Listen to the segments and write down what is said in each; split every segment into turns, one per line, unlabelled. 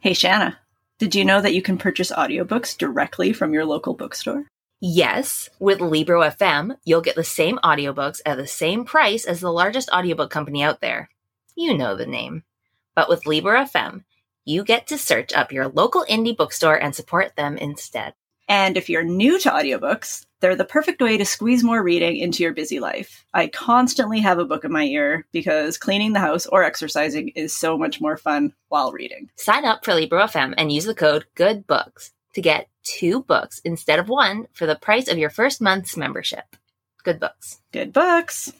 Hey, Shanna, did you know that you can purchase audiobooks directly from your local bookstore?
Yes, with Libro FM, you'll get the same audiobooks at the same price as the largest audiobook company out there. You know the name. But with Libro FM, you get to search up your local indie bookstore and support them instead.
And if you're new to audiobooks, they're the perfect way to squeeze more reading into your busy life. I constantly have a book in my ear because cleaning the house or exercising is so much more fun while reading.
Sign up for LibroFM and use the code GOODBOOKS to get two books instead of one for the price of your first month's membership. Good books.
Good books.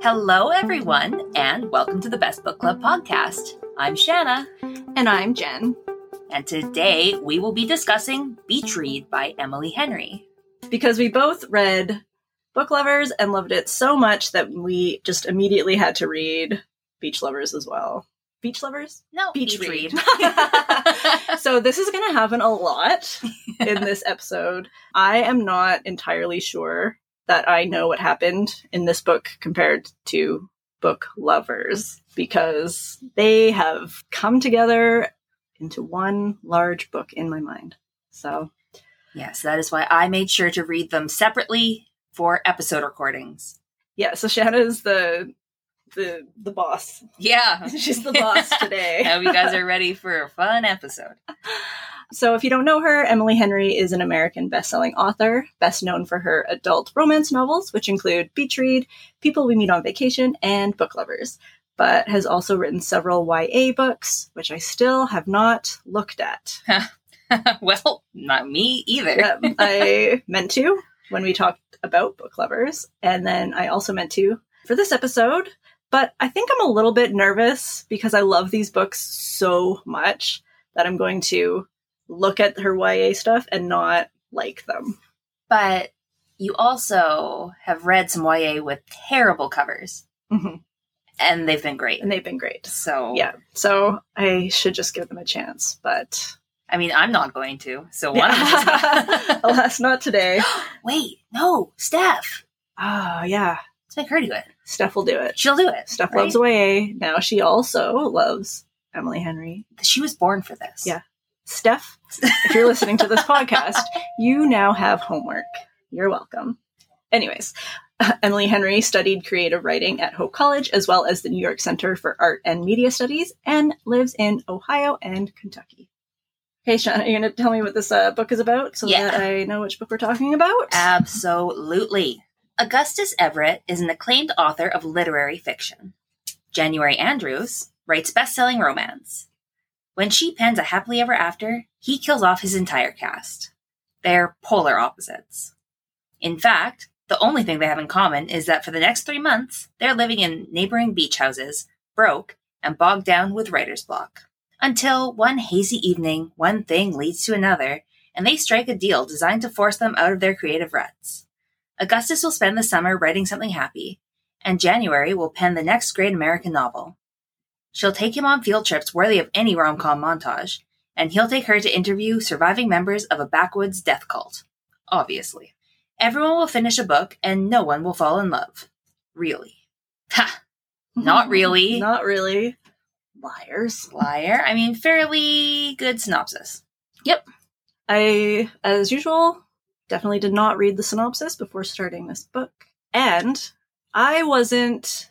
Hello, everyone, and welcome to the Best Book Club podcast. I'm Shanna,
And I'm Jen.
and today we will be discussing Beach Read by Emily Henry.
Because we both read Book Lovers and loved it so much that we just immediately had to read Beach Lovers as well. Beach Lovers?
No,
Beach Read. So this is going to happen a lot in this episode. I am not entirely sure that I know what happened in this book compared to book lovers because they have come together into one large book in my mind. So,
yes, that is why I made sure to read them separately for episode recordings.
yeah, so Shanna is the the the boss.
Yeah.
She's the boss today.
I hope you guys are ready for a fun episode.
So, if you don't know her, Emily Henry is an American best-selling author, best known for her adult romance novels, which include Beach Read, People We Meet on Vacation, and Book Lovers, but has also written several YA books, which I still have not looked at.
well, not me either.
Yep, I meant to when we talked about Book Lovers, and then I also meant to for this episode, but I think I'm a little bit nervous because I love these books so much that I'm going to look at her YA stuff and not like them.
But you also have read some YA with terrible covers,
Mhm.
and they've been great.
And they've been great.
So,
Yeah. So I should just give them a chance, but
I mean, I'm not going to. So, one of us is gonna-
alas, not today.
Wait, no, Steph.
Oh, yeah.
Let's make her do it.
Steph will do it.
She'll do it.
Steph
right?
loves YA. Now she also loves Emily Henry.
She was born for this.
Yeah. Steph, if you're listening to this podcast, you now have homework. You're welcome. Anyways, Emily Henry studied creative writing at Hope College as well as the New York Center for Art and Media Studies and lives in Ohio and Kentucky. Okay, Sean, are you going to tell me what this uh, book is about so
Yeah. Uh,
that I know which book we're talking about?
Absolutely. Augustus Everett is an acclaimed author of literary fiction. January Andrews writes best selling romance. When she pens a happily ever after, he kills off his entire cast. They're polar opposites. In fact, the only thing they have in common is that for the next three months, they're living in neighboring beach houses, broke, and bogged down with writer's block. Until one hazy evening, one thing leads to another, and they strike a deal designed to force them out of their creative ruts. Augustus will spend the summer writing something happy, and January will pen the next great American novel. She'll take him on field trips worthy of any rom com montage, and he'll take her to interview surviving members of a backwoods death cult. Obviously. Everyone will finish a book, and no one will fall in love. Really. Ha! Not really.
Not really. Liars.
Liar. I mean, fairly good synopsis.
I, as usual, definitely did not read the synopsis before starting this book. And I wasn't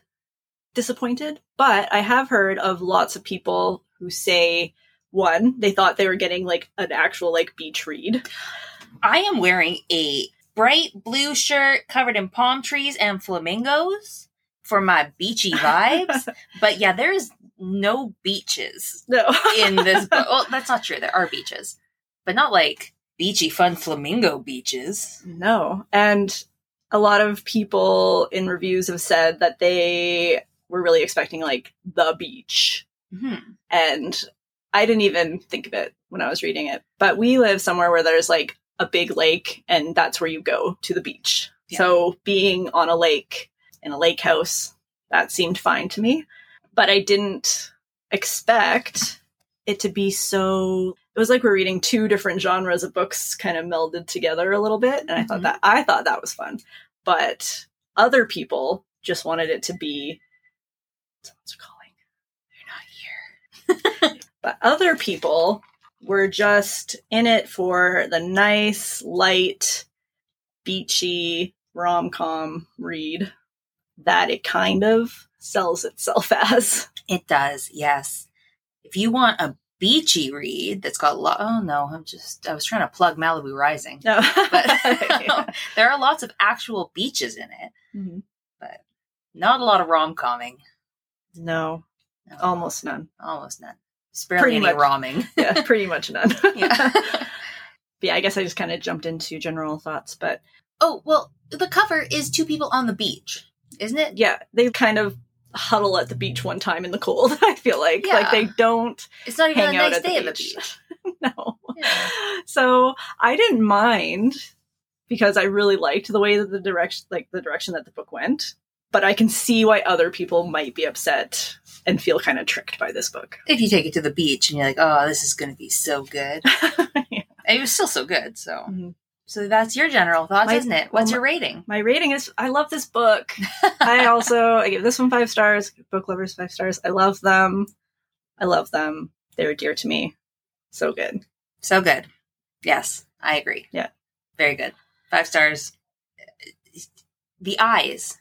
disappointed, but I have heard of lots of people who say one, they thought they were getting like an actual like beach read.
I am wearing a bright blue shirt covered in palm trees and flamingos for my beachy vibes. but yeah, there is no beaches
No.
in this book. Well, that's not true. There are beaches, but not like beachy, fun flamingo beaches.
No. And a lot of people in reviews have said that they were really expecting like the beach
Mhm.
and I didn't even think of it when I was reading it. But we live somewhere where there's like a big lake, and that's where you go to the beach.
Yeah.
So being on a lake in a lake house that seemed fine to me, but I didn't expect it to be so. It was like we're reading two different genres of books kind of melded together a little bit, and I thought
Mhm.
that I thought that was fun, but other people just wanted it to be. Someone's calling. They're not But other people were just in it for the nice, light, beachy rom com read that it kind of sells itself as.
It does, yes. If you want a beachy read that's got a lot, oh no, I'm just, I was trying to plug Malibu Rising.
No.
But there are lots of actual beaches in it.
Mhm.
Not a lot of rom comming.
No, almost none.
Almost none. There's barely
Pretty
any
much.
romming.
Yeah, pretty much none.
yeah.
But yeah, I guess I just kind of jumped into general thoughts, but
oh, well, the cover is two people on the beach, isn't it?
yeah, they kind of huddle at the beach one time in the cold, I feel like.
Yeah.
Like they don't
It's not even
hang
a
out
nice
at the
day at the
beach.
beach.
know.
Yeah.
So I didn't mind because I really liked the way that the direction like the direction that the book went. But I can see why other people might be upset and feel kind of tricked by this book.
If you take it to the beach and you're like, oh, this is going to be so good.
Yeah.
And it was still so good, so.
Mhm.
So that's your general thoughts,
My-
isn't it? What's
well,
your rating?
My rating is I love this book. I also I give this one five stars, book lovers five stars. I love them. I love them. They were dear to me. So good.
So good. Yes, I agree.
Yeah.
Very good. Five stars. The eyes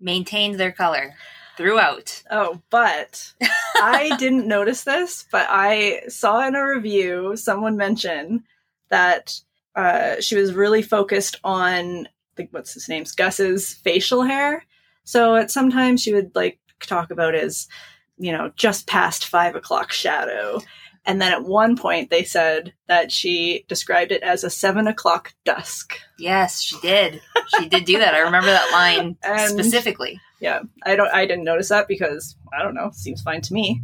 maintained their color throughout.
Oh, but I didn't notice this, but I saw in a review someone mention that uh, she was really focused on I think what's his name's Gus's facial hair. So at sometimes she would like talk about his, you know, just past five o'clock shadow. And then at one point they said that she described it as a seven o'clock dusk.
Yes, she did. She did do that. I remember that line
And-
specifically.
I don't I didn't notice that because I don't know, seems fine to me.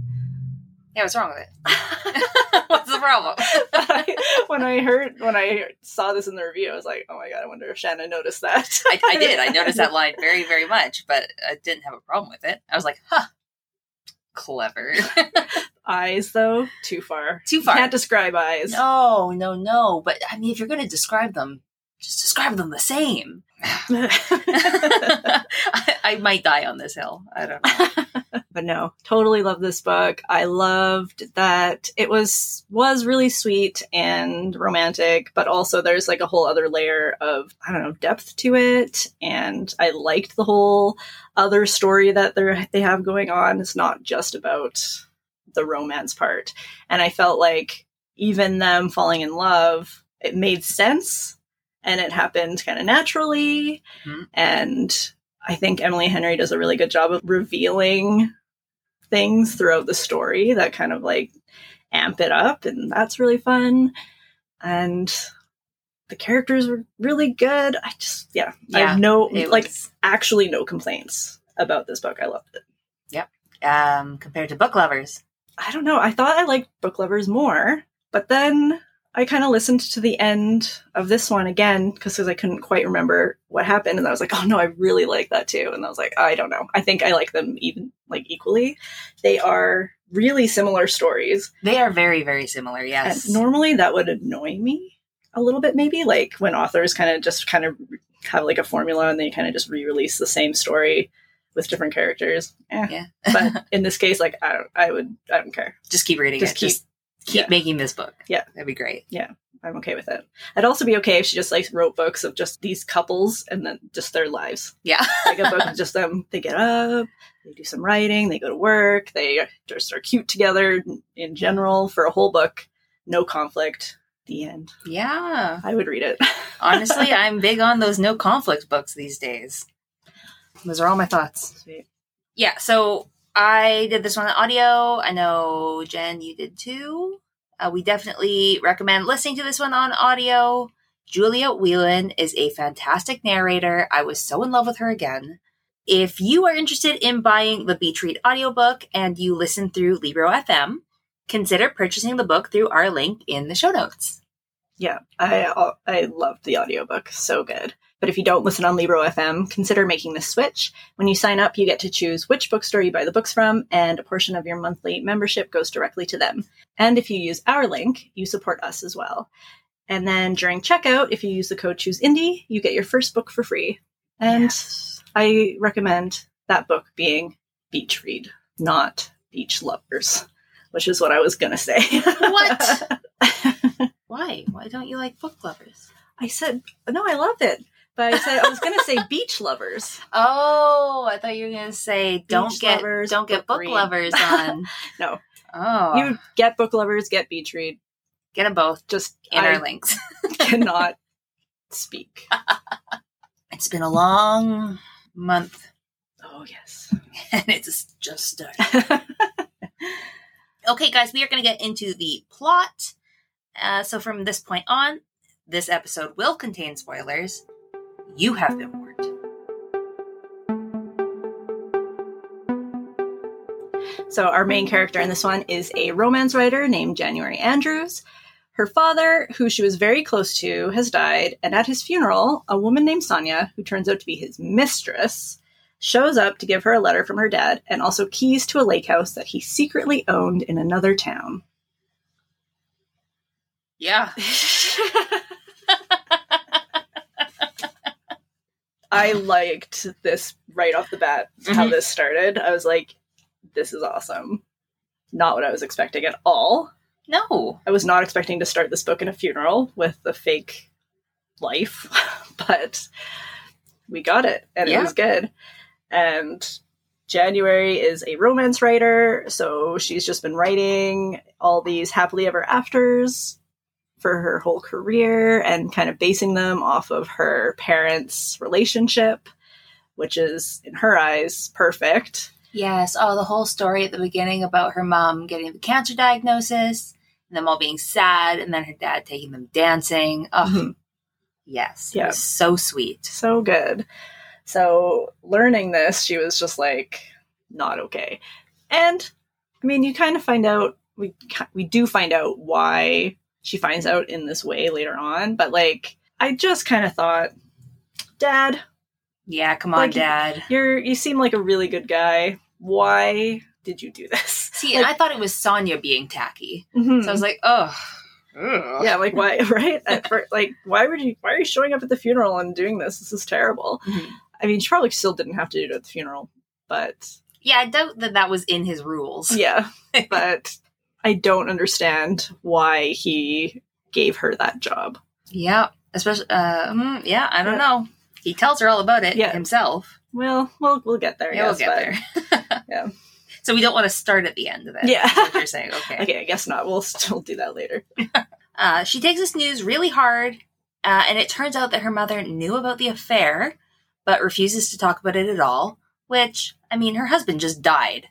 Yeah, what's wrong with it? what's the problem?
I- when I heard when I saw this in the review, I was like, "Oh my god, I wonder if Shannon noticed that."
I, I did. I noticed that line very, very much, but I didn't have a problem with it. I was like, huh, clever.
Eyes, though, too far.
Too far.
Can't describe eyes.
No, no, no. But I mean, if you're going to describe them, just describe them the same. I, I might die on this hill. I don't know.
but no, totally love this book. I loved that it was was really sweet and romantic, but also there's like a whole other layer of I don't know depth to it. And I liked the whole other story that they they have going on. It's not just about the romance part. And I felt like even them falling in love, it made sense and it happened kind of naturally.
Mhm.
And I think Emily Henry does a really good job of revealing things throughout the story that kind of like amp it up. And that's really fun. And the characters were really good. I just, yeah, I
Yeah,
have no,
It
like,
was,
actually no complaints about this book. I loved it.
um, compared to book lovers.
I don't know. I thought I liked book lovers more, but then I kind of listened to the end of this one again because I couldn't quite remember what happened, and I was like, oh no, I really like that too. And I was like, I don't know. I think I like them even like equally. They are really similar stories.
They are very, very similar. Yes.
And normally that would annoy me a little bit, maybe like when authors kind of just kind of have like a formula and they kind of just re-release the same story with different characters. Eh.
Yeah.
but in this case, like I don't, I would, I don't care.
just keep reading
Just
it.
keep-
just keep
yeah.
making this book.
Yeah.
That'd be great.
I'm okay with it. I'd also be okay if she just like wrote books of just these couples and then just their lives.
Yeah.
Like a book of just them. They get up, they do some writing, they go to work, they just are cute together in general for a whole book. No conflict. The end.
Yeah.
I would read it.
Honestly, I'm big on those no conflict books these days. Those are all my thoughts.
Sweet.
yeah, so I did this one on audio. I know Jen, you did too. Uh, we definitely recommend listening to this one on audio. Julia Whelan is a fantastic narrator. I was so in love with her again. If you are interested in buying the Beach Read audiobook and you listen through Libro FM, consider purchasing the book through our link in the show notes.
Yeah, I uh, I loved the audiobook. So good. But if you don't listen on Libro FM, consider making the switch. When you sign up, you get to choose which bookstore you buy the books from, and a portion of your monthly membership goes directly to them. And if you use our link, you support us as well. And then during checkout, if you use the code Choose Indie, you get your first book for free. And I recommend that book being Beach Read, not Beach Lovers. which is what I was going to say.
What? Why? Why don't you like book lovers?
I said, no, I love it. But I said, I was going to say beach lovers.
Oh, I thought you were gonna say don't
Beach
get
lovers,
don't get
book
book
read.
lovers on.
No.
Oh,
You get book lovers, get beach read.
get them both.
Just I
Interlinks.
cannot speak.
It's been a long month,
Oh, yes.
and it's just started. Okay, guys, we are gonna get into the plot. Uh, so from this point on, this episode will contain spoilers. You have been warned.
So, our main character in this one is a romance writer named January Andrews. Her father, who she was very close to, has died, and at his funeral, a woman named Sonia, who turns out to be his mistress, shows up to give her a letter from her dad and also keys to a lake house that he secretly owned in another town.
Yeah.
I liked this right off the bat, how
Mhm.
this started. I was like, this is awesome. Not what I was expecting at all.
No.
I was not expecting to start this book in a funeral with a fake life, but we got it and
Yeah.
it was good. And January is a romance writer, so she's just been writing all these happily ever afters for her whole career and kind of basing them off of her parents' relationship, which is, in her eyes, perfect.
Yes. Oh, the whole story at the beginning about her mom getting the cancer diagnosis, and them all being sad, and then her dad taking them dancing. Oh, yes.
Mm-hmm.
It
Yeah.
was so sweet.
so good. So learning this, she was just like not okay. And I mean, you kind of find out we ki- we do find out why she finds out in this way later on, but like I just kind of thought, Dad,
Yeah. Come on,
Like-
dad.
you're you seem like a really good guy. Why did you do this?
See, and I thought it was Sonya being tacky.
Mhm.
So I was like, oh. Ugh.
yeah, like why, right? At fir- like, why would you? Why are you showing up at the funeral and doing this? This is terrible.
Mhm.
I mean, she probably still didn't have to do it at the funeral, but
Yeah, I doubt that that was in his rules.
Yeah, but I don't understand why he gave her that job.
Yeah, especially. Uh, mm, yeah, I don't
Yeah.
know. He tells her all about it
Yeah.
himself.
Well, we'll we'll get there. I
Yeah, we'll
guess,
get
but-
there.
yeah.
So we don't want to start at the end of it.
Yeah.
That's what you're saying. Okay.
Okay, I guess not. We'll still do that later.
Uh, she takes this news really hard, uh, and it turns out that her mother knew about the affair, but refuses to talk about it at all. Which, I mean, her husband just died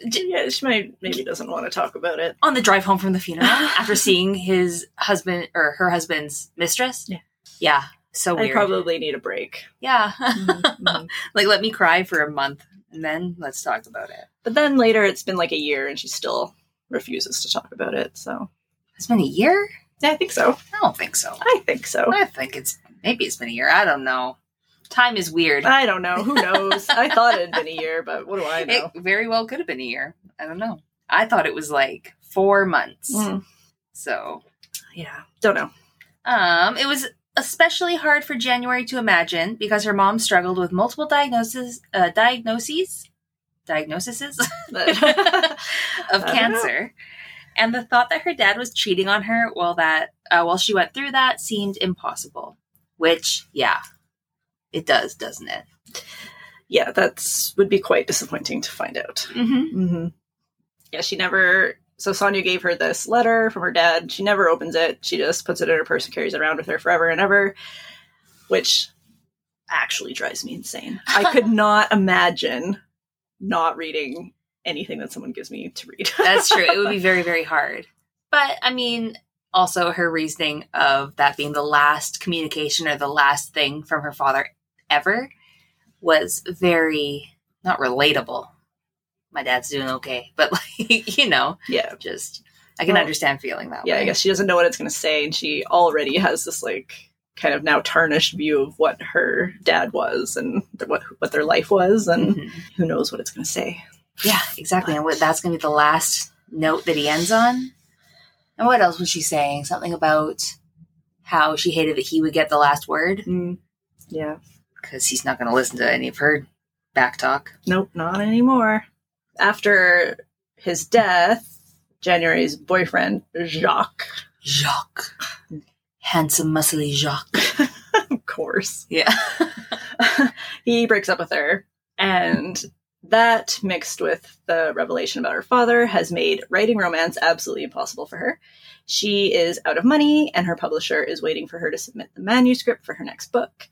Yeah, she might maybe doesn't want to talk about it.
on the drive home from the funeral after seeing his husband or her husband's mistress.
Yeah.
Yeah. So
I
weird.
probably need a break.
yeah.
Mhm.
like, let me cry for a month, and then let's talk about it.
but then later, it's been like a year, and she still refuses to talk about it. So
It's been a year?
yeah, I think so.
I don't think so.
I think so.
I think it's maybe it's been a year. I don't know. Time is weird.
I don't know. Who knows? I thought it had been a year, but what do I know?
It very well could have been a year. I don't know. I thought it was like four months.
Mm,
So,
yeah, don't know.
um, it was especially hard for January to imagine because her mom struggled with multiple diagnoses, uh, diagnoses, diagnoses
But
of
I don't
cancer, and the thought that her dad was cheating on her while that uh, while she went through that seemed impossible. Which, yeah, it does, doesn't it?
yeah, that's would be quite disappointing to find out.
Mm-hmm.
Mm-hmm. Yeah, she never. So Sonia gave her this letter from her dad. She never opens it. She just puts it in her purse and carries it around with her forever and ever, which actually drives me insane. I could not imagine not reading anything that someone gives me to read.
That's true. It would be very, very hard. But I mean, also her reasoning of that being the last communication or the last thing from her father ever was very not relatable. My dad's doing okay, but like you know,
yeah.
just I can
Well,
understand feeling that.
Yeah,
way.
I guess she doesn't know what it's going to say, and she already has this like kind of now tarnished view of what her dad was and th- what what their life was, and
Mhm.
who knows what it's going to say.
Yeah, exactly. And what that's going to be the last note that he ends on. And what else was she saying? Something about how she hated that he would get the last word.
Mm. Yeah.
because he's not going to listen to any of her back talk.
Nope, not anymore. After his death, January's boyfriend, Jacques,
Jacques. Handsome, muscly Jacques.
of course,
Yeah.
he breaks up with her. And that, mixed with the revelation about her father, has made writing romance absolutely impossible for her. She is out of money, and her publisher is waiting for her to submit the manuscript for her next book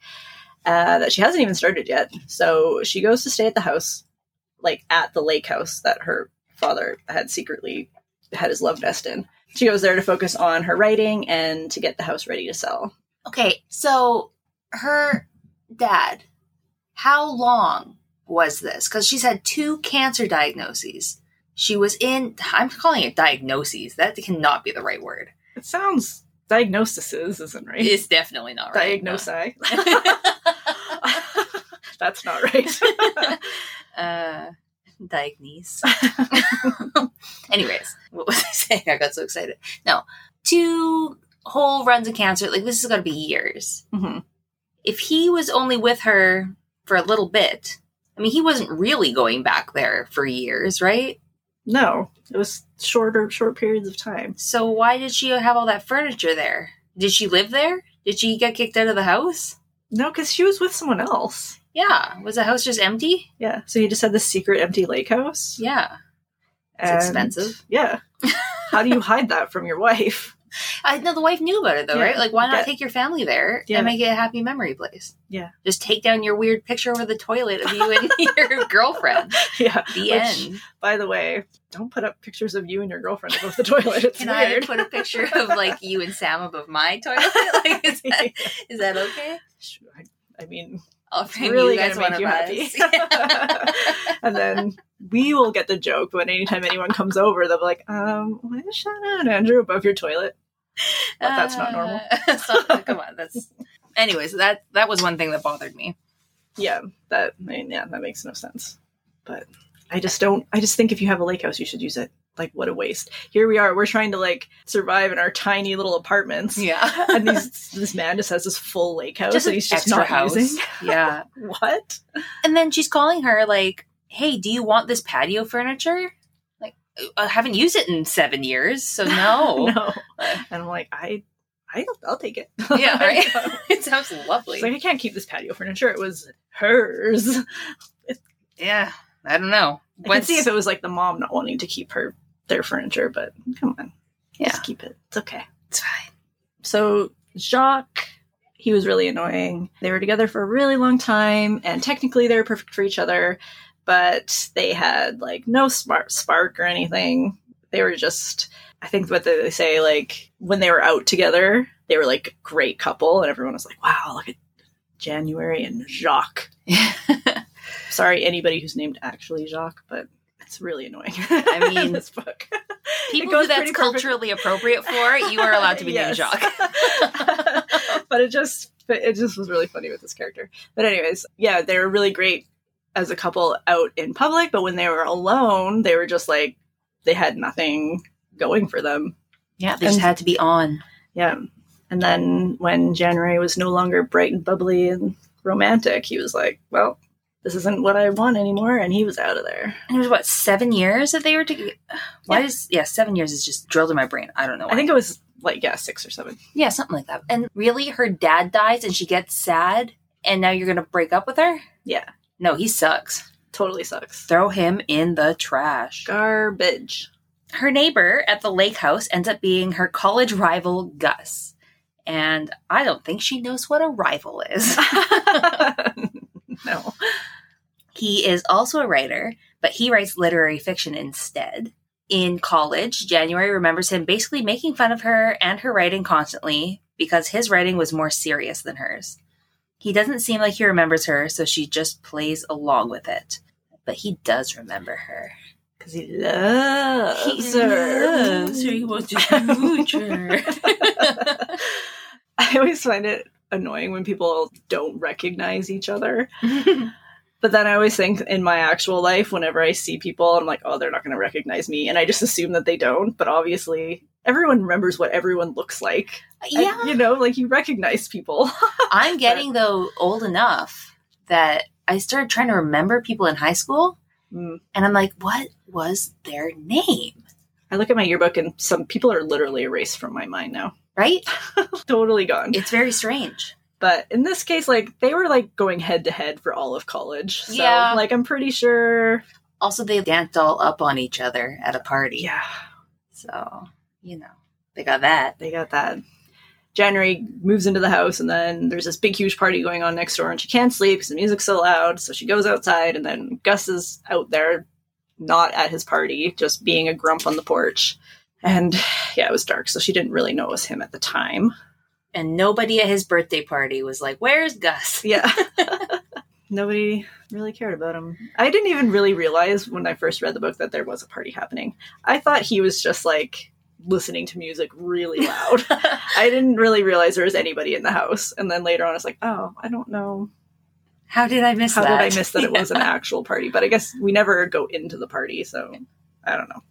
uh, that she hasn't even started yet. So she goes to stay at the house, like at the lake house that her father had secretly had his love nest in. She goes there to focus on her writing and to get the house ready to sell.
Okay, so her dad, how long was this? Because she's had two cancer diagnoses. She was in, I'm calling it diagnoses. That cannot be the right word.
It sounds diagnoses, isn't right?
It's definitely not right.
Diagnosi.
Diagnose.
That's not right.
uh, diagnose. Anyways, what was I saying? I got so excited. No, two whole runs of cancer. Like, this is going to be years.
Mhm.
if he was only with her for a little bit, I mean, he wasn't really going back there for years, right?
No, it was shorter, short periods of time.
So why did she have all that furniture there? Did she live there? Did she get kicked out of the house?
No, because she was with someone else.
Yeah. Was the house just empty?
Yeah, so he just had this secret empty lake house.
Yeah. It's
and-
expensive.
Yeah. How do you hide that from your wife?
I know the wife knew about it though,
Yeah.
right? Like, why not
Yeah.
take your family there
Yeah.
and make it a happy memory place?
Yeah.
Just take down your weird picture over the toilet of you and your girlfriend.
Yeah.
The
Which,
end.
By the way, don't put up pictures of you and your girlfriend above the toilet. It's
Can
weird.
I put a picture of like you and Sam above my toilet? Like, is that, is that okay?
Sure, I- I mean,
offering
really
you
going
guys
to
one
make
of
you happy.
us.
and then we will get the joke when anytime anyone comes over, they'll be like, um, why is Shanna and Andrew above your toilet? But that's not normal.
Uh, so- come on, that's. Anyways, that that was one thing that bothered me.
Yeah, that, I mean, yeah, that makes no sense. But I just don't, I just think if you have a lake house, you should use it. Like, what a waste. Here we are, we're trying to like survive in our tiny little apartments.
Yeah,
And these, this man just has this full lake house that he's just not using.
yeah,
What?
and then she's calling her like, "Hey, do you want this patio furniture?" Like, "Uh, I haven't used it in seven years, so no.
no. And I'm like, I, I, I'll take it.
Yeah, right. it sounds lovely.
She's like, I can't keep this patio furniture. It was hers.
yeah, I don't know.
I can see if it was like the mom not wanting to keep her their furniture, but come on,
yeah,
just keep it. It's okay.
it's fine.
So Jacques, he was really annoying. They were together for a really long time, and technically they were perfect for each other, but they had like no smart spark or anything. They were just, I think what they say, like when they were out together, they were like a great couple, and everyone was like, "Wow, look at January and Jacques." Sorry, anybody who's named actually Jacques, but it's really annoying.
I mean,
this book.
People
goes
who that's
pretty perfect-
culturally appropriate for, you are allowed to be named
Yes.
Jacques.
but it just but it just was really funny with this character. But anyways, yeah, they were really great as a couple out in public, but when they were alone, they were just like they had nothing going for them.
Yeah,
they just
had to be on.
Yeah. And then when January was no longer bright and bubbly and romantic, he was like, "Well, this isn't what I want anymore," and he was out of there.
And it was what seven years that they were together. Why
Yeah.
does yeah seven years is just drilled in my brain? I don't know. Why.
I think it was like yeah, six or seven.
yeah, something like that. And really, her dad dies, and she gets sad, and now you're gonna break up with her?
Yeah,
No, he sucks.
totally sucks.
Throw him in the trash.
Garbage.
Her neighbor at the lake house ends up being her college rival Gus, and I don't think she knows what a rival is.
no.
He is also a writer, but he writes literary fiction instead. In college, January remembers him basically making fun of her and her writing constantly because his writing was more serious than hers. He doesn't seem like he remembers her, so she just plays along with it. But he does remember her.
Because he loves her.
wants
to smooch I always find it annoying when people don't recognize each other. But then I always think in my actual life, whenever I see people, I'm like, oh, they're not going to recognize me. And I just assume that they don't. But obviously, everyone remembers what everyone looks like. And,
yeah,
you know, like you recognize people.
I'm getting though old enough that I started trying to remember people in high school
Mm.
And I'm like, what? was their name?
I look at my yearbook and some people are literally erased from my mind now.
Right?
Totally gone.
It's very strange.
But in this case, like they were like going head to head for all of college. So
Yeah.
like I'm pretty sure
Also, they danced all up on each other at a party.
Yeah,
So, you know, they got that.
they got that. January moves into the house and then there's this big huge party going on next door and she can't sleep because the music's so loud, so she goes outside and then Gus is out there not at his party, just being a grump on the porch. And yeah, it was dark, so she didn't really know it was him at the time.
And nobody at his birthday party was like, Where's Gus?
Yeah. Nobody really cared about him. I didn't even really realize when I first read the book that there was a party happening. I thought he was just like listening to music really loud. I didn't really realize there was anybody in the house. And then later on, I was like, oh, I don't know.
How did I miss
How
that?
did I miss that it was an actual party? But I guess we never go into the party. So I don't know.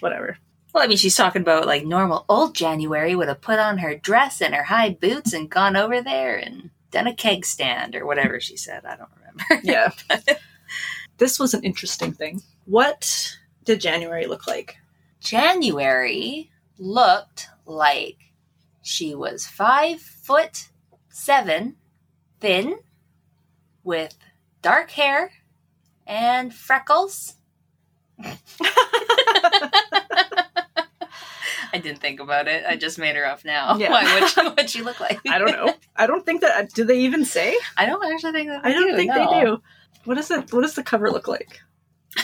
Whatever.
Well, I mean, she's talking about like normal old January would have put on her dress and her high boots and gone over there and done a keg stand or whatever she said. I don't remember.
Yeah. this was an interesting thing. What did January look like?
January looked like she was five foot seven, thin, with dark hair and freckles. I didn't think about it. I just made her up now.
Yeah.
Why would she, would she look like?
I don't know. I don't think that. uh, Do they even say?
I don't actually think that.
I don't think
no.
they do. What is it? What does the cover look like?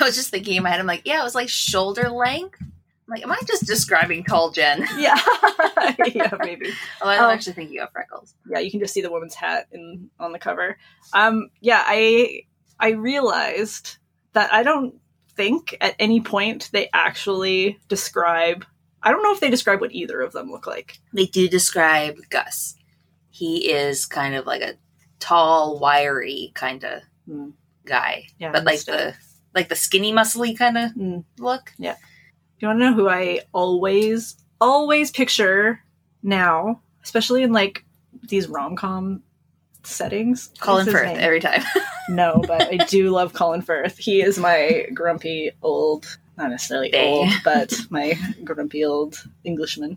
I was just thinking in my head. I'm like, yeah, it was like shoulder length. I'm like, am I just describing tall Jen?
Yeah, yeah, maybe.
Oh, I don't
Oh.
actually think you have freckles.
Yeah, you can just see the woman's hat in on the cover. Um, yeah, I I realized that I don't think at any point they actually describe. I don't know if they describe what either of them look like.
They do describe Gus. He is kind of like a tall, wiry kind of
Hmm.
guy,
Yeah,
but like the like the skinny, muscly kind of
Mm.
look.
Do you want to know who I always, always picture now, especially in like these rom com settings? What's
Colin
his
Firth
name?
every time.
No, but I do love Colin Firth. He is my grumpy old, not necessarily
Bay.
old, but my grumpy old Englishman.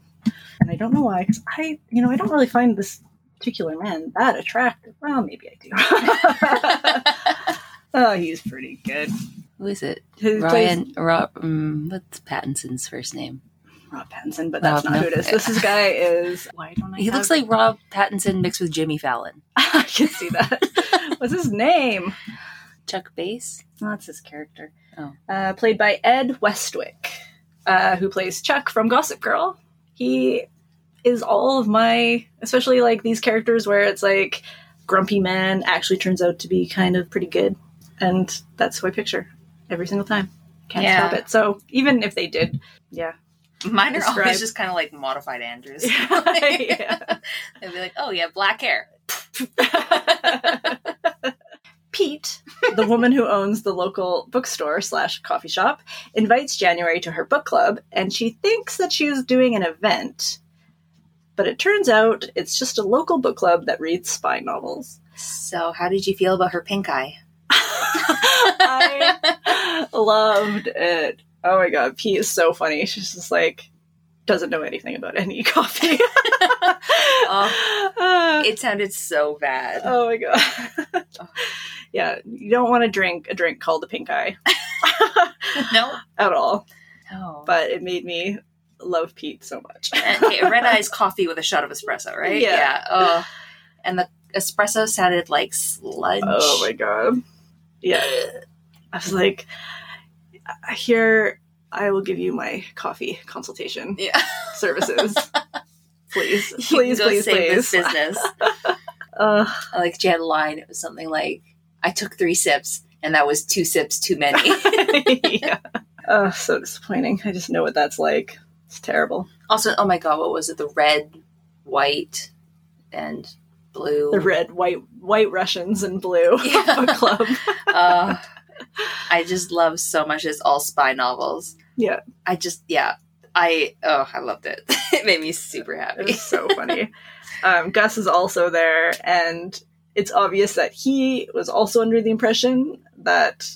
And I don't know why, because I, you know, I don't really find this particular man that attractive. Well, maybe I do. oh, he's pretty good.
Who is it?
He plays
Ryan. Rob, um, what's Pattinson's first name?
Oh Rob Pattinson, but that's
Rob,
not
no.
who it is. This is guy is. Why don't I?
He looks like Rob Pattinson mixed with Jimmy Fallon.
I can see that. What's his name?
Chuck Bass.
No, that's his character.
Oh.
Uh, played by Ed Westwick, uh, who plays Chuck from Gossip Girl. He is all of my, especially like these characters where it's like grumpy man actually turns out to be kind of pretty good. And that's who I picture every single time. Can't
Yeah.
stop it. So even if they did, yeah.
Mine are
Describe-
always just kind of like modified Andrews.
Yeah.
They'd be like, oh yeah, black hair.
Pete, the woman who owns the local bookstore slash coffee shop, invites January to her book club, and she thinks that she is doing an event. But it turns out it's just a local book club that reads spy novels.
So, how did you feel about her pink eye?
I loved it. Oh my god, Pete is so funny. She's just like doesn't know anything about any coffee. Uh,
It sounded so bad.
Oh my god. yeah, you don't want to drink a drink called the pink eye Oh.
No,
at all.
no. But
But it made me love Pete so much.
red eyes coffee with a shot of espresso, right?
Yeah.
Oh, and the espresso sounded like sludge.
Oh my god. Yeah. I was like, here I will give you my coffee consultation
Yeah.
services. please.
You can
Please,
go
please, please.
save
Uh,
this business.
Ugh.
I liked she had a line. It was something like, "I took three sips, and that was two sips too many."
yeah. Oh, so disappointing. I just know what that's like. It's terrible.
also, oh my god, what was it? The red, white, and blue.
The red, white, white Russians in blue
Yeah.
book club.
uh, I just love so much. It's all spy novels.
Yeah.
I just yeah. I oh I loved it. it made me super
It
happy.
was so funny. um, Gus is also there, and it's obvious that he was also under the impression that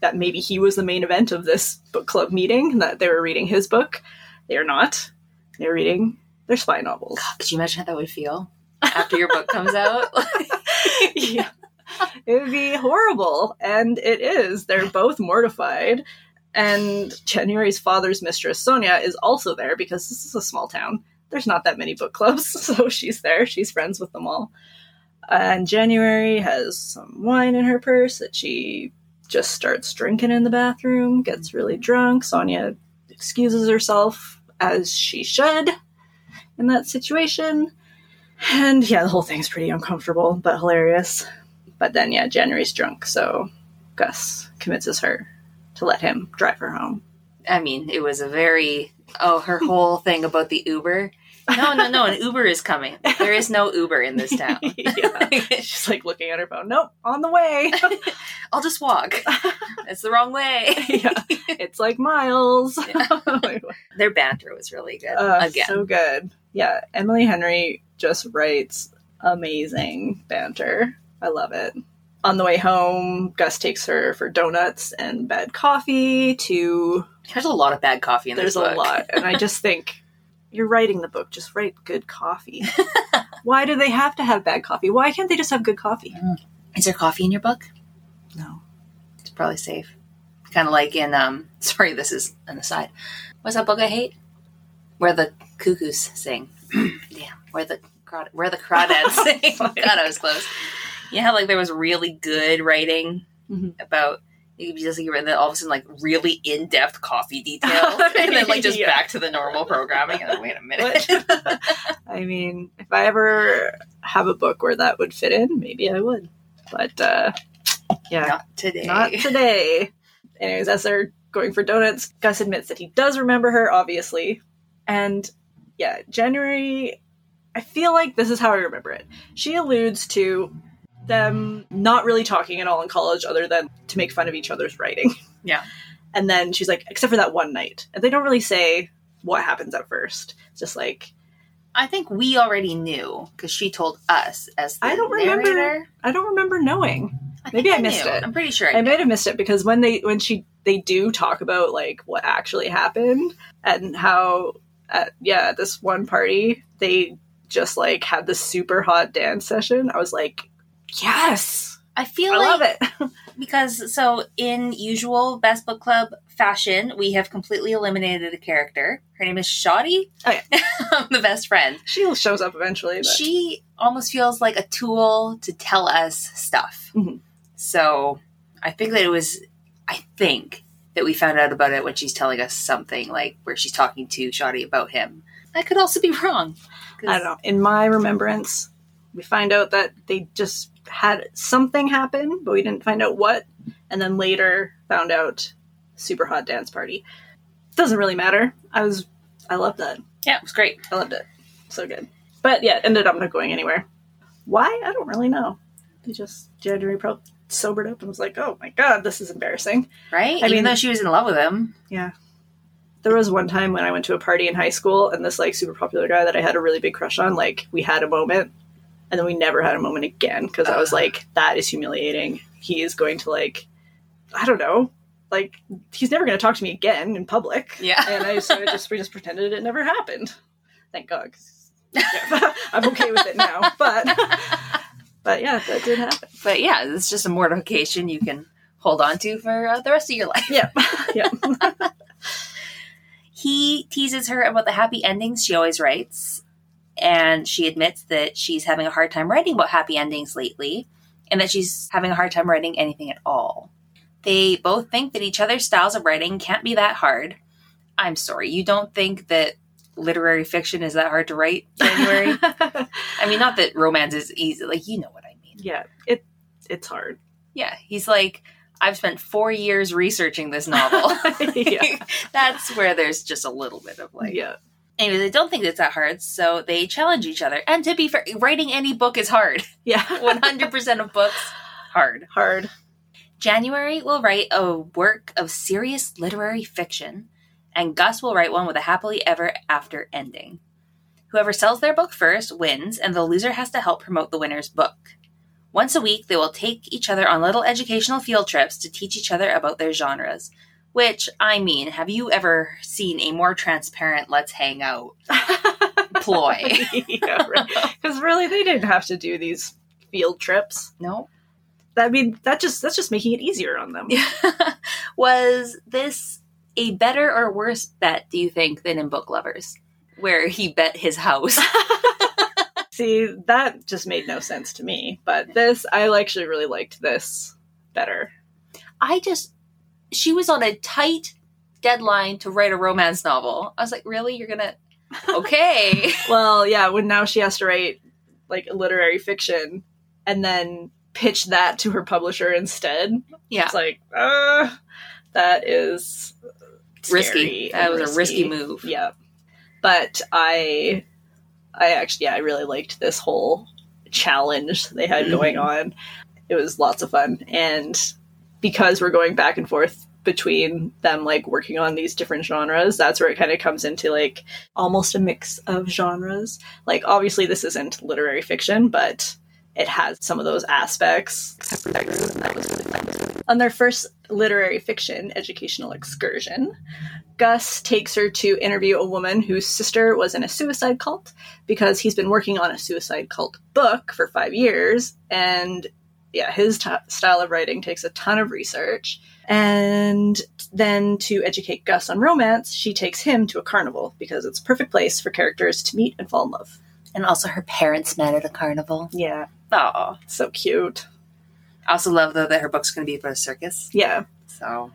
that maybe he was the main event of this book club meeting, that they were reading his book. They are not. They're reading their spy novels.
God, could you imagine how that would feel after your book comes out?
yeah. It would be horrible. And it is. They're both mortified. And January's father's mistress, Sonia, is also there because this is a small town. There's not that many book clubs, so she's there. She's friends with them all. And January has some wine in her purse that she just starts drinking in the bathroom, gets really drunk. Sonia excuses herself as she should in that situation. And yeah, the whole thing's pretty uncomfortable but hilarious. But then, yeah, January's drunk, so Gus convinces her to let him drive her home.
I mean, it was a very oh her whole thing about the Uber.
No, no, no. An Uber is coming. There is no Uber in this town.
yeah. She's like looking at her phone. Nope, on the way.
I'll just walk. It's the wrong way.
yeah, it's like miles.
Their banter was really good.
Uh,
Again,
So good. Yeah, Emily Henry just writes amazing banter. I love it. On the way home, Gus takes her for donuts and bad coffee to
There's a lot of bad coffee in
there's
this book.
a lot. And I just think you're writing the book, just write good coffee. Why do they have to have bad coffee? Why can't they just have good coffee?
Is there coffee in your book?
No.
It's probably safe. Kind of like in um. Sorry, this is an aside. What's that book I hate? Where the cuckoos sing. Damn. Where the crawd- where the crawdads sing.
Oh
God, I was close.
you know how like there was really good writing
Mhm.
about you could just like and then all of a sudden like really in depth coffee detail, and then like just
Yeah.
back to the normal programming. And like, wait a minute,
What? I mean, if I ever have a book where that would fit in, maybe I would. But uh, yeah,
not today.
Not today. Anyways, as they're going for donuts, Gus admits that he does remember her, obviously. And yeah, January, I feel like this is how I remember it. She alludes to them not really talking at all in college other than to make fun of each other's writing.
Yeah.
And then she's like, except for that one night. And they don't really say what happens at first. It's just like,
I think we already knew because she told us as the
I don't remember.
narrator.
I don't remember knowing.
I think
Maybe I missed
knew.
it.
I'm pretty sure. I
I
knew.
might have missed it because when they when she they do talk about like what actually happened and how at, yeah at this one party they just like had this super hot dance session. I was like, yes,
I feel
I
like
love it.
because so in usual best book club fashion we have completely eliminated a character her name is shoddy
Oh, yeah.
the best friend
she shows up eventually. But
she almost feels like a tool to tell us stuff
Mhm.
so i think that it was i think that we found out about it when she's telling us something like where she's talking to shoddy about him i could also be wrong 'cause-
I don't know. In my remembrance, we find out that they just had something happen, but we didn't find out what. And then later found out super hot dance party. Doesn't really matter. I was I love that.
yeah it was great
I loved it. So good. But yeah, it ended up not going anywhere. Why? I don't really know. They just January Pro sobered up and was like, "Oh my god, this is embarrassing."
right
I
even
mean-
though she was in love with him
Yeah. There was one time when I went to a party in high school, and this like super popular guy that I had a really big crush on, like we had a moment, and then we never had a moment again because I was like, "That is humiliating." He is going to like, I don't know, like he's never going to talk to me again in public.
yeah
and I so I just we just pretended it never happened. Thank God. 'cause- yeah, I'm okay with it now, but but yeah, that did happen.
but yeah it's just a mortification you can hold on to for uh, the rest of your life
Yeah, yeah.
He teases her about the happy endings she always writes, and she admits that she's having a hard time writing about happy endings lately, and that she's having a hard time writing anything at all. They both think that each other's styles of writing can't be that hard. I'm sorry, you don't think that literary fiction is that hard to write, January? I mean, not that romance is easy, like, you know what I mean.
yeah, it it's hard.
Yeah, he's like, I've spent four years researching this novel.
yeah,
That's where there's just a little bit of like,
yeah,
Anyway, they don't think it's that hard, so they challenge each other. And to be fair, writing any book is hard.
yeah.
100% of books, hard.
Hard.
January will write a work of serious literary fiction, and Gus will write one with a happily ever after ending. Whoever sells their book first wins, and the loser has to help promote the winner's book. Once a week, they will take each other on little educational field trips to teach each other about their genres. Which, I mean, have you ever seen a more transparent let's hang out ploy?
yeah, Because really, they didn't have to do these field trips.
no.
I mean, that just that's just making it easier on them.
Was this a better or worse bet, do you think, than in Book Lovers, where he bet his house?
See, that just made no sense to me. But this, I actually really liked this better.
I just, she was on a tight deadline to write a romance novel. I was like, really? You're gonna, okay.
Well, yeah, when now she has to write like literary fiction and then pitch that to her publisher instead.
yeah.
It's like, uh, that is
Risky.
scary
That
and
was a risky move.
Yeah. But I I actually yeah, I really liked this whole challenge they had going on. It was lots of fun. And because we're going back and forth between them like working on these different genres, that's where it kind of comes into like almost a mix of genres. Like obviously this isn't literary fiction, but it has some of those aspects. On their first literary fiction educational excursion, Gus takes her to interview a woman whose sister was in a suicide cult because he's been working on a suicide cult book for five years. And yeah, his t- style of writing takes a ton of research. And then to educate Gus on romance, she takes him to a carnival because it's a perfect place for characters to meet and fall in love.
And also, her parents met at a carnival.
Yeah.
Aw.
So cute.
I also love, though, that her book's going to be about a circus.
Yeah.
So.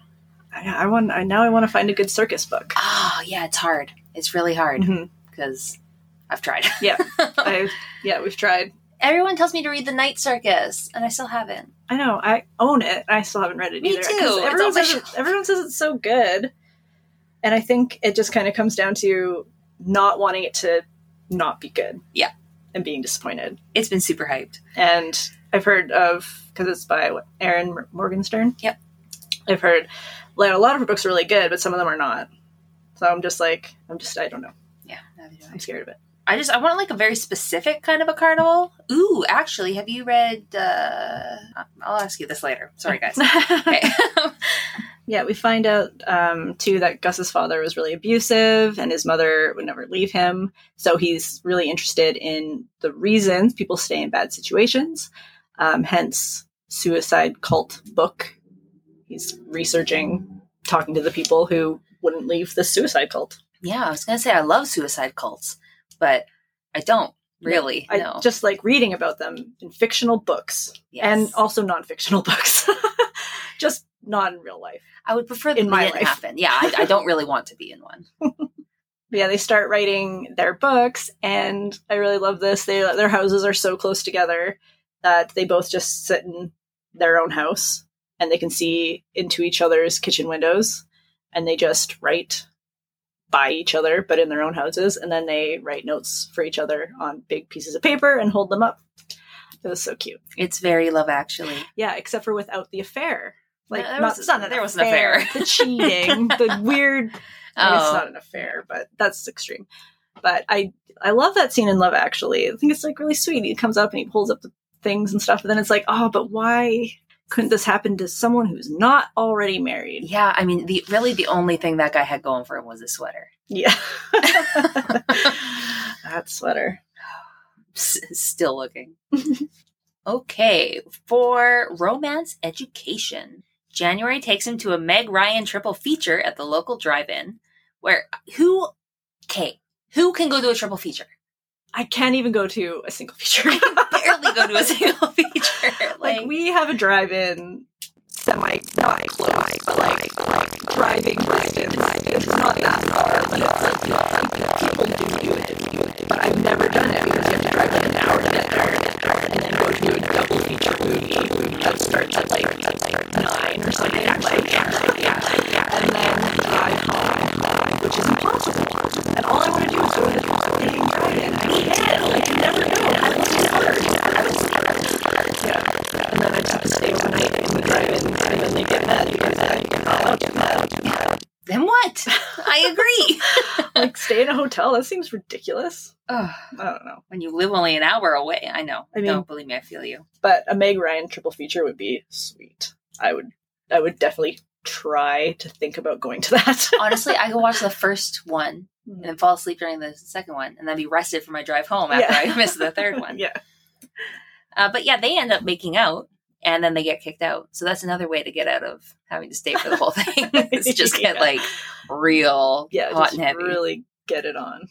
I, I want. I now. I want to find a good circus book.
Oh, yeah, it's hard. It's really hard
Mhm.
because I've tried.
I, yeah, we've tried.
Everyone tells me to read The Night Circus, and I still haven't.
I know. I own it. I still haven't read it
Me
either. 'cause
too. It's
Everyone
on my
says, it, everyone says it's so good. And I think it just kind of comes down to not wanting it to not be good.
Yeah.
And being disappointed.
It's been super hyped.
And I've heard of, because it's by what, Aaron M- Morgenstern.
Yep.
I've heard like a lot of her books are really good, but some of them are not. So I'm just like, I'm just, I don't know.
Yeah.
I'm scared of it.
I just I want like a very specific kind of a carnival. Ooh, actually, have you read? uh I'll ask you this later. Sorry, guys. Okay.
Yeah, we find out um, too that Gus's father was really abusive and his mother would never leave him. So he's really interested in the reasons people stay in bad situations, um, hence, suicide cult book. He's researching, talking to the people who wouldn't leave the suicide cult.
Yeah, I was gonna say I love suicide cults, but I don't really.
I
no.
just like reading about them in fictional books
Yes.
and also non fictional books, just not in real life.
I would prefer that
in
it
my
didn't
life.
happen. Yeah, I, I don't really want to be in one.
But yeah, they start writing their books, and I really love this. They their houses are so close together that they both just sit in their own house, and they can see into each other's kitchen windows, and they just write by each other, but in their own houses, and then they write notes for each other on big pieces of paper and hold them up. It was so cute.
it's very Love Actually.
Yeah, except for without the affair. Like,
No, there
not,
was-
it's not an
there was an
affair.
affair.
the cheating, the weird I mean, it's
Oh,
not an affair, but that's extreme. But I I love that scene in Love Actually. I think it's like really sweet. He comes up and he pulls up the things and stuff, but then it's like, oh, but why couldn't this happen to someone who's not already married?
yeah. I mean, the really the only thing that guy had going for him was his sweater.
Yeah, that sweater.
S- still looking. okay, for romance education,
January takes him to a Meg Ryan triple feature at the local drive-in, where who? Okay, who can go to a triple feature?
I can't even go to a single feature.
Barely go to a single feature.
like, we have a drive-in semi not close, but like, like driving distance. It's not that far, but it's like, you know, people do do it. But I've never done it because you have to drive like an hour to get there, and then go to a double feature movie that starts at like at like nine or something. Like, and then drive home, which is impossible. And all I want to do is go to the fucking drive-in. I can't. Like, I never know. I'm scared. I'm scared. Yeah. And then I just have to stay overnight in the drive-in, and then they get mad because I get mad.
Then what? I agree.
like stay in a hotel. That seems ridiculous.
Ugh.
I don't know.
when you live only an hour away. I know.
I mean-
don't believe me. I feel you.
But a Meg Ryan triple feature would be sweet. I would I would definitely try to think about going to that.
Honestly, I could watch the first one and then fall asleep during the second one and then be rested for my drive home after
Yeah.
I miss the third one.
yeah.
Uh, but yeah, they end up making out and then they get kicked out. So that's another way to get out of having to stay for the whole thing. is just get
Yeah.
like real
Yeah,
hot
just
and heavy.
really get it on.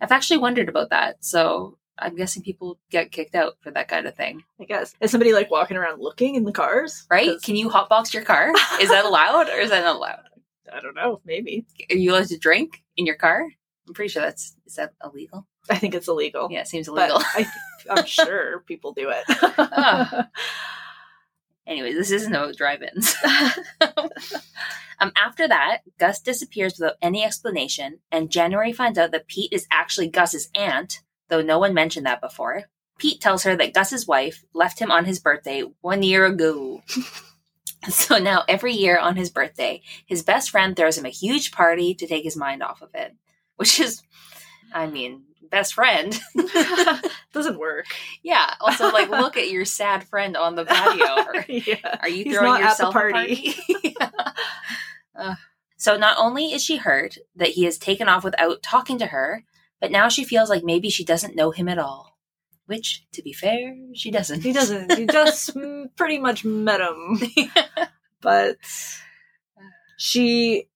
I've actually wondered about that. So I'm guessing people get kicked out for that kind of thing,
I guess. Is somebody like walking around looking in the cars?
right?
'Cause-
Can you hotbox your car? Is that allowed or is that not allowed?
I don't know. Maybe.
Are you allowed to drink in your car? I'm pretty sure that's is that illegal?
I think it's illegal.
Yeah, it seems
But
illegal.
I, I'm sure people do it.
Ah. Anyway, this isn't about drive-ins. um, after that, Gus disappears without any explanation, and January finds out that Pete is actually Gus's aunt, though no one mentioned that before. Pete tells her that Gus's wife left him on his birthday one year ago. so now every year on his birthday, his best friend throws him a huge party to take his mind off of it, which is, I mean, best friend.
Doesn't work.
yeah. Also, like, look at your sad friend on the patio.
yeah.
Are you
He's
throwing
not at the
yourself
party.
a party? Ugh. so not only is she hurt that he has taken off without talking to her, but now she feels like maybe she doesn't know him at all. Which, to be fair, she doesn't.
He doesn't. He just m- pretty much met him, but she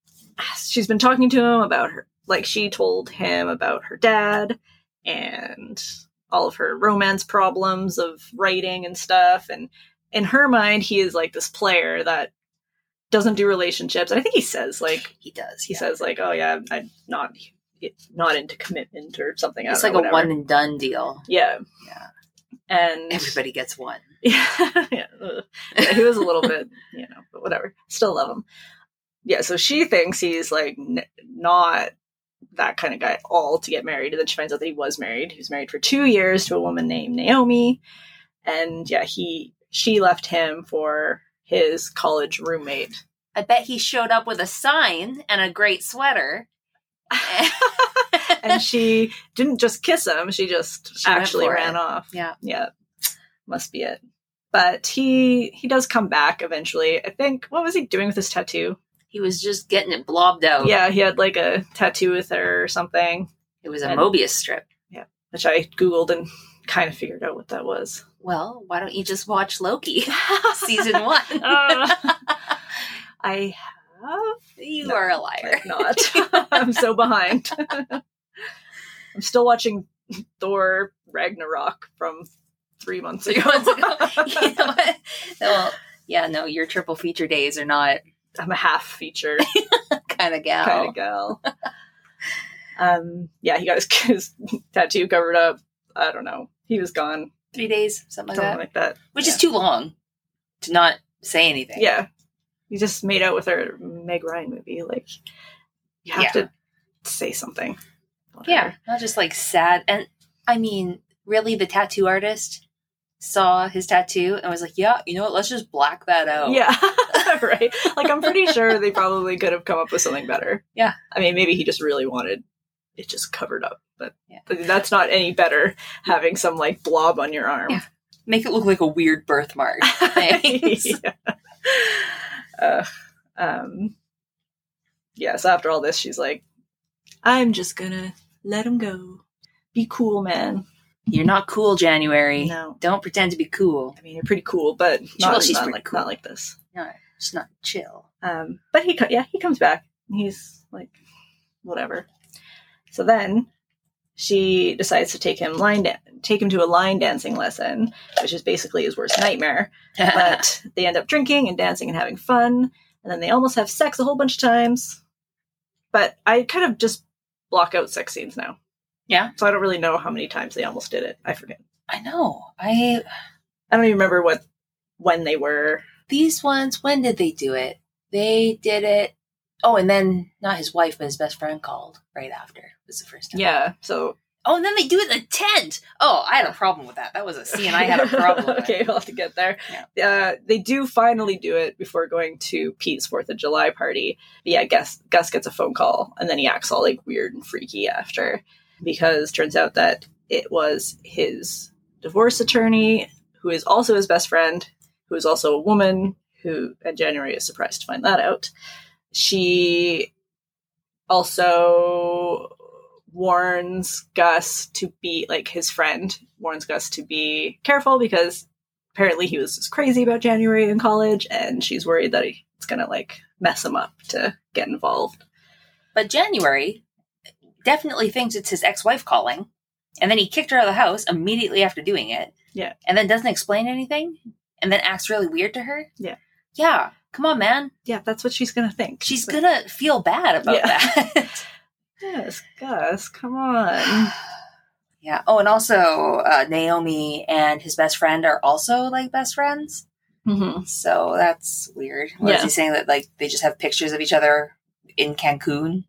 she's been talking to him about her. Like she told him about her dad and all of her romance problems of writing and stuff. And in her mind, he is like this player that doesn't do relationships. And I think he says like
he does.
he
yeah.
says like, "Oh yeah, I'm- I'm not not into commitment or something." I
it's
don't
like
know,
a
whatever.
one and done deal.
Yeah,
Yeah.
and
Everybody gets one.
yeah, yeah, ugh. Yeah, he was a little bit, you know, but whatever. Still love him. Yeah, so she thinks he's like n- not that kind of guy at all to get married, and then she finds out that he was married. He was married for two years to a woman named Naomi, and yeah, he she left him for his college roommate.
I bet he showed up with a sign and a great sweater.
and she didn't just kiss him she just
She went
actually
for
ran
it.
off
Yeah.
yeah must be it but he he does come back eventually i think what was he doing with his tattoo
he was just getting it blobbed out.
yeah he had like a tattoo with her or something
It was a
And-
Mobius strip.
which i googled and kind of figured out what that was
Well, why don't you just watch Loki season one?
Uh, i have
you
no,
are a liar.
I'm not i'm so behind i'm still watching thor ragnarok from three months
Three months ago. you know what? Well, yeah, no, your triple feature days are not
I'm a half feature
kind of gal.
kind of gal. um, yeah, he got his, his tattoo covered up. I don't know. He was gone,
Three days, something like
something
that,
like that.
which
yeah.
is too long to not say anything.
Yeah, he just made out with her Meg Ryan movie. Like you have
Yeah.
to say something.
yeah,
Whatever.
not just like sad. And I mean, really, the tattoo artist saw his tattoo and was like, "Yeah, you know what? Let's just black that out."
yeah, right. Like I'm pretty sure they probably could have come up with something better.
Yeah.
I mean, maybe he just really wanted it just covered up, but
Yeah.
that's not any better having some like blob on your arm.
Yeah. make it look like a weird birthmark. Thanks.
yeah. Ugh. um, yeah, so after all this, she's like, I'm just gonna let him go. Be cool, man.
You're not cool, January.
No.
Don't pretend to be cool.
I mean, you're pretty cool, but not,
Well, she's
not
pretty
like,
cool.
not like this.
No, just not chill.
Um, but he, co- yeah, he comes back. and He's like, whatever. So then she decides to take him line, da- take him to a line dancing lesson, which is basically his worst nightmare. but they end up drinking and dancing and having fun and then they almost have sex a whole bunch of times but i kind of just block out sex scenes now
Yeah.
so i don't really know how many times they almost did it i forget
I know. I
i don't even remember what when they were
these ones. When did they do it? They did it. Oh, and then not his wife, but his best friend called right after. Was the first time.
yeah so
Oh, and then they do it in the tent. Oh, I had a problem with that. That was a scene I had a problem with.
okay, we'll have to get there. Uh, they do finally do it before going to Pete's Fourth of July party. But yeah, Gus Gus gets a phone call and then he acts all like weird and freaky after because turns out that it was his divorce attorney who is also his best friend, who is also a woman. Who and January is surprised to find that out. She also warns Gus to be like his friend warns Gus to be careful because apparently he was just crazy about January in college and she's worried that he, it's gonna like mess him up to get involved.
But January definitely thinks it's his ex-wife calling, and then he kicked her out of the house immediately after doing it.
Yeah.
And then doesn't explain anything, and then acts really weird to her.
Yeah.
Yeah. Come on, man.
Yeah, that's what she's gonna think.
She's
Like,
gonna feel bad about
Yeah.
that.
Yes, Gus, come on.
yeah. Oh, and also uh, Naomi and his best friend are also like best friends.
mm-hmm.
So that's weird. What is
Yeah.
he saying that like they just have pictures of each other in Cancun?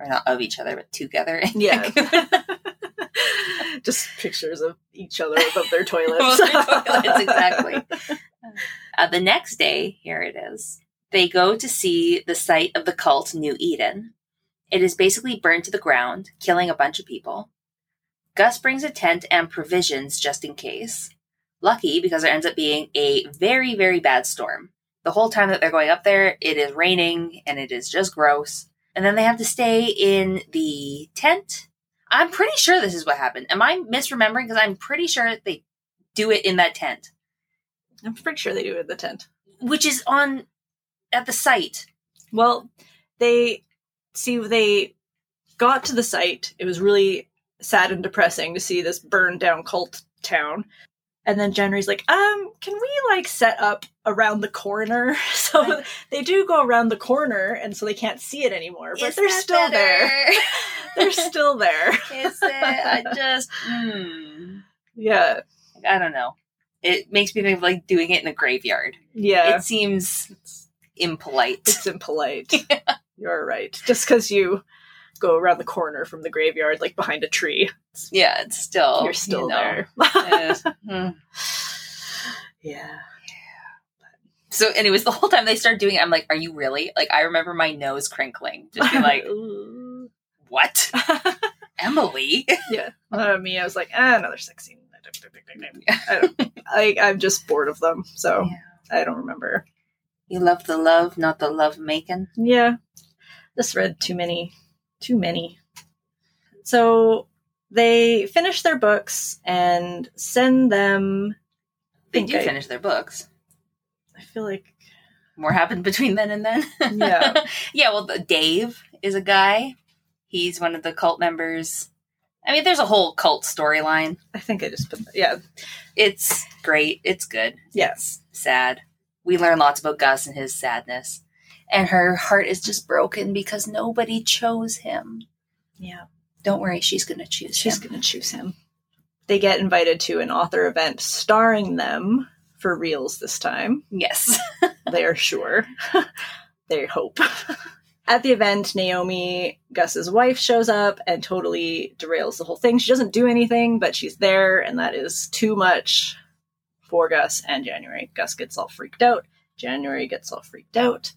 Or not of each other, but together. in
Yeah.
Cancun?
Just pictures of each other above their toilets.
Well, their toilets, exactly. Uh, the next day, here it is. They go to see the site of the cult New Eden. It is basically burned to the ground, killing a bunch of people. Gus brings a tent and provisions just in case. Lucky because there ends up being a very, very bad storm. The whole time that they're going up there, it is raining and it is just gross. And then they have to stay in the tent. I'm pretty sure this is what happened. Am I misremembering? Because I'm pretty sure they do it in that tent
I'm pretty sure they do it in the tent.
which is on at the site.
Well, they see they got to the site. It was really sad and depressing to see this burned down cult town. And then January's like, um, can we like set up around the corner? So
Right.
they do go around the corner and so they can't see it anymore, but they're still there. They're still there.
is it? I just, mm,
Yeah.
I don't know. It makes me think of like doing it in a graveyard.
Yeah.
It seems impolite.
It's impolite. You're right. Just because you go around the corner from the graveyard, like behind a tree,
Yeah, it's still
you're still
Oh, you know,
there.
it's- mm.
yeah.
So, anyways, the whole time they start doing it, I'm like, "Are you really?" Like, I remember my nose crinkling, just be like,
Ooh.
"What, Emily?"
yeah. Uh, me, I was like, ah, another sex scene. I don't- I don't, I, I'm just bored of them, so
Yeah.
I don't remember.
You love the love, not the love making.
Yeah, just read too many, too many. So they finish their books and send them.
They
Think
do
I-
finish their books.
I feel like
more happened between then and then.
Yeah.
yeah, well, the- Dave is a guy. He's one of the cult members. I mean, there's a whole cult storyline.
I think I just put yeah
It's great. It's good.
yes
Sad. We learn lots about Gus and his sadness. And her heart is just broken because nobody chose him.
yeah
Don't worry, she's going to choose
she's
him.
gonna choose him. They get invited to an author event starring them for reals this time.
Yes.
they are sure. they hope. At the event, Naomi, Gus's wife, shows up and totally derails the whole thing. She doesn't do anything, but she's there, and that is too much for Gus and January. Gus gets all freaked out. January gets all freaked out.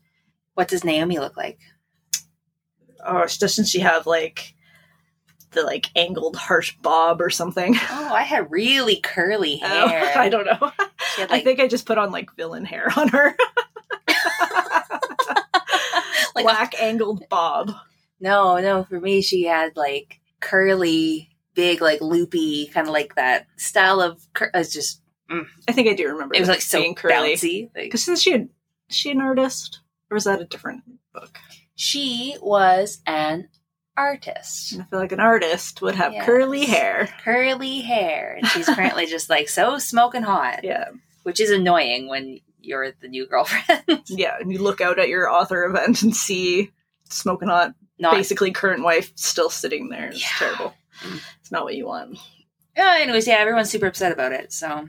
What does Naomi look like?
Oh, doesn't she have like the like angled harsh bob or something?
Oh, I had really curly
Oh,
hair.
I don't know.
She had,
I
like,
think I just put on like villain hair on her.
like a
Black angled bob.
No, no, for me, she had like curly, big, like loopy, kind of like that style of. Cur- it's just
I think I do remember.
it was
this
like so
being
bouncy. Like,
Because since she had, is she an artist, or is that a different book?
she was an artist,
And I feel like an artist would have
Yes.
curly hair.
curly hair, and she's currently just like so smoking hot,
Yeah,
which is annoying when you're the new girlfriend.
yeah. And you look out at your author event and see smoking hot,
Not.
basically current wife, still sitting there. It's
Yeah.
terrible.
Mm.
It's not what you want.
Uh, anyways, yeah, everyone's super upset about it, so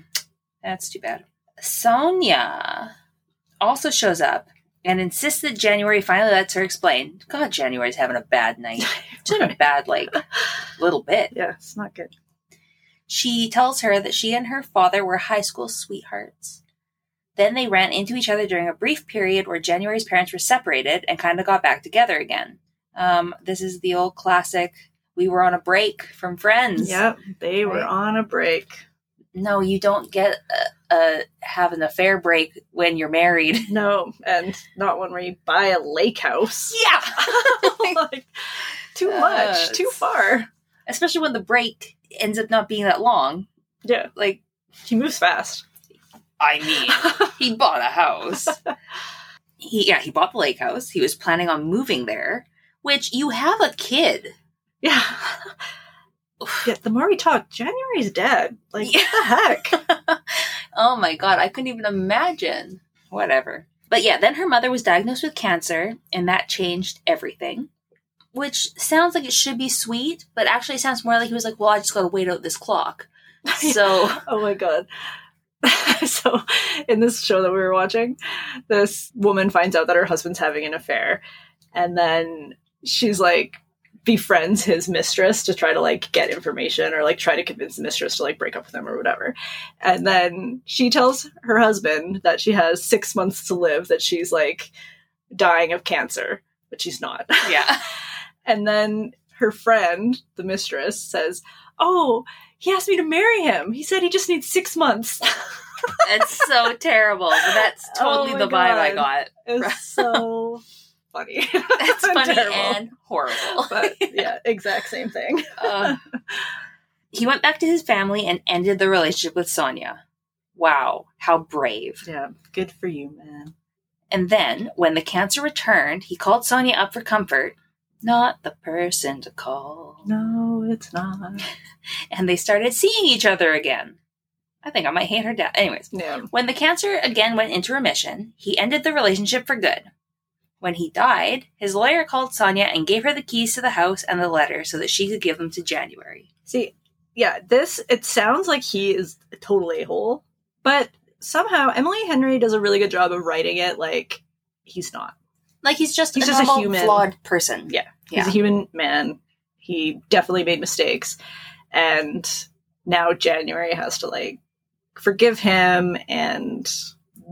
that's too bad. Sonia also shows up and insists that January finally lets her explain. God, January's having a bad night. She's having a bad, like, little bit.
Yeah, it's not good.
She tells her that she and her father were high school sweethearts. Then they ran into each other during a brief period where January's parents were separated and kind of got back together again. Um, this is the old classic. We were on a break from friends.
Yep, they were
Right.
on a break.
No, you don't get a, a have an affair break when you're married.
No, and not one where you buy a lake house.
Yeah.
like, too much, too
Yes.
far.
Especially when the break ends up not being that long.
Yeah,
Like
he moves fast.
I mean, he bought a house. he yeah, he bought the lake house. He was planning on moving there, which you have a kid.
Yeah. yeah, the more we talk, January's dead. Like, what the heck?
Oh my god, I couldn't even imagine. Whatever. But yeah, then her mother was diagnosed with cancer and that changed everything. Which sounds like it should be sweet, but actually sounds more like he was like, "Well, I just got to wait out this clock." So,
Oh my god. so in this show that we were watching, this woman finds out that her husband's having an affair and then she's like befriends his mistress to try to like get information or like try to convince the mistress to like break up with him or whatever. And then she tells her husband that she has 6 months to live that she's like dying of cancer, but she's not.
yeah.
And then her friend, the mistress, says, Oh, he asked me to marry him. He said he just needs six months.
That's so terrible. But that's totally
Oh my
the vibe
God.
I got.
It's so funny.
That's funny
Terrible.
and horrible.
But yeah, exact same thing.
Uh, he went back to his family and ended the relationship with Sonia. Wow, how brave.
Yeah, good for you, man.
And then, when the cancer returned, he called Sonia up for comfort. Not the person to call.
No, it's not.
And they started seeing each other again. I think I might hate her dad. Anyways.
Yeah.
When the cancer again went into remission, he ended the relationship for good. When he died, his lawyer called Sonia and gave her the keys to the house and the letter so that she could give them to January.
See, yeah, this, it sounds like he is a total a hole, but somehow Emily Henry does a really good job of writing it like he's not.
Like he's just
He's
a
just a
normal,
human.
flawed person.
Yeah.
Yeah.
He's a human man. He definitely made mistakes. And now January has to like forgive him and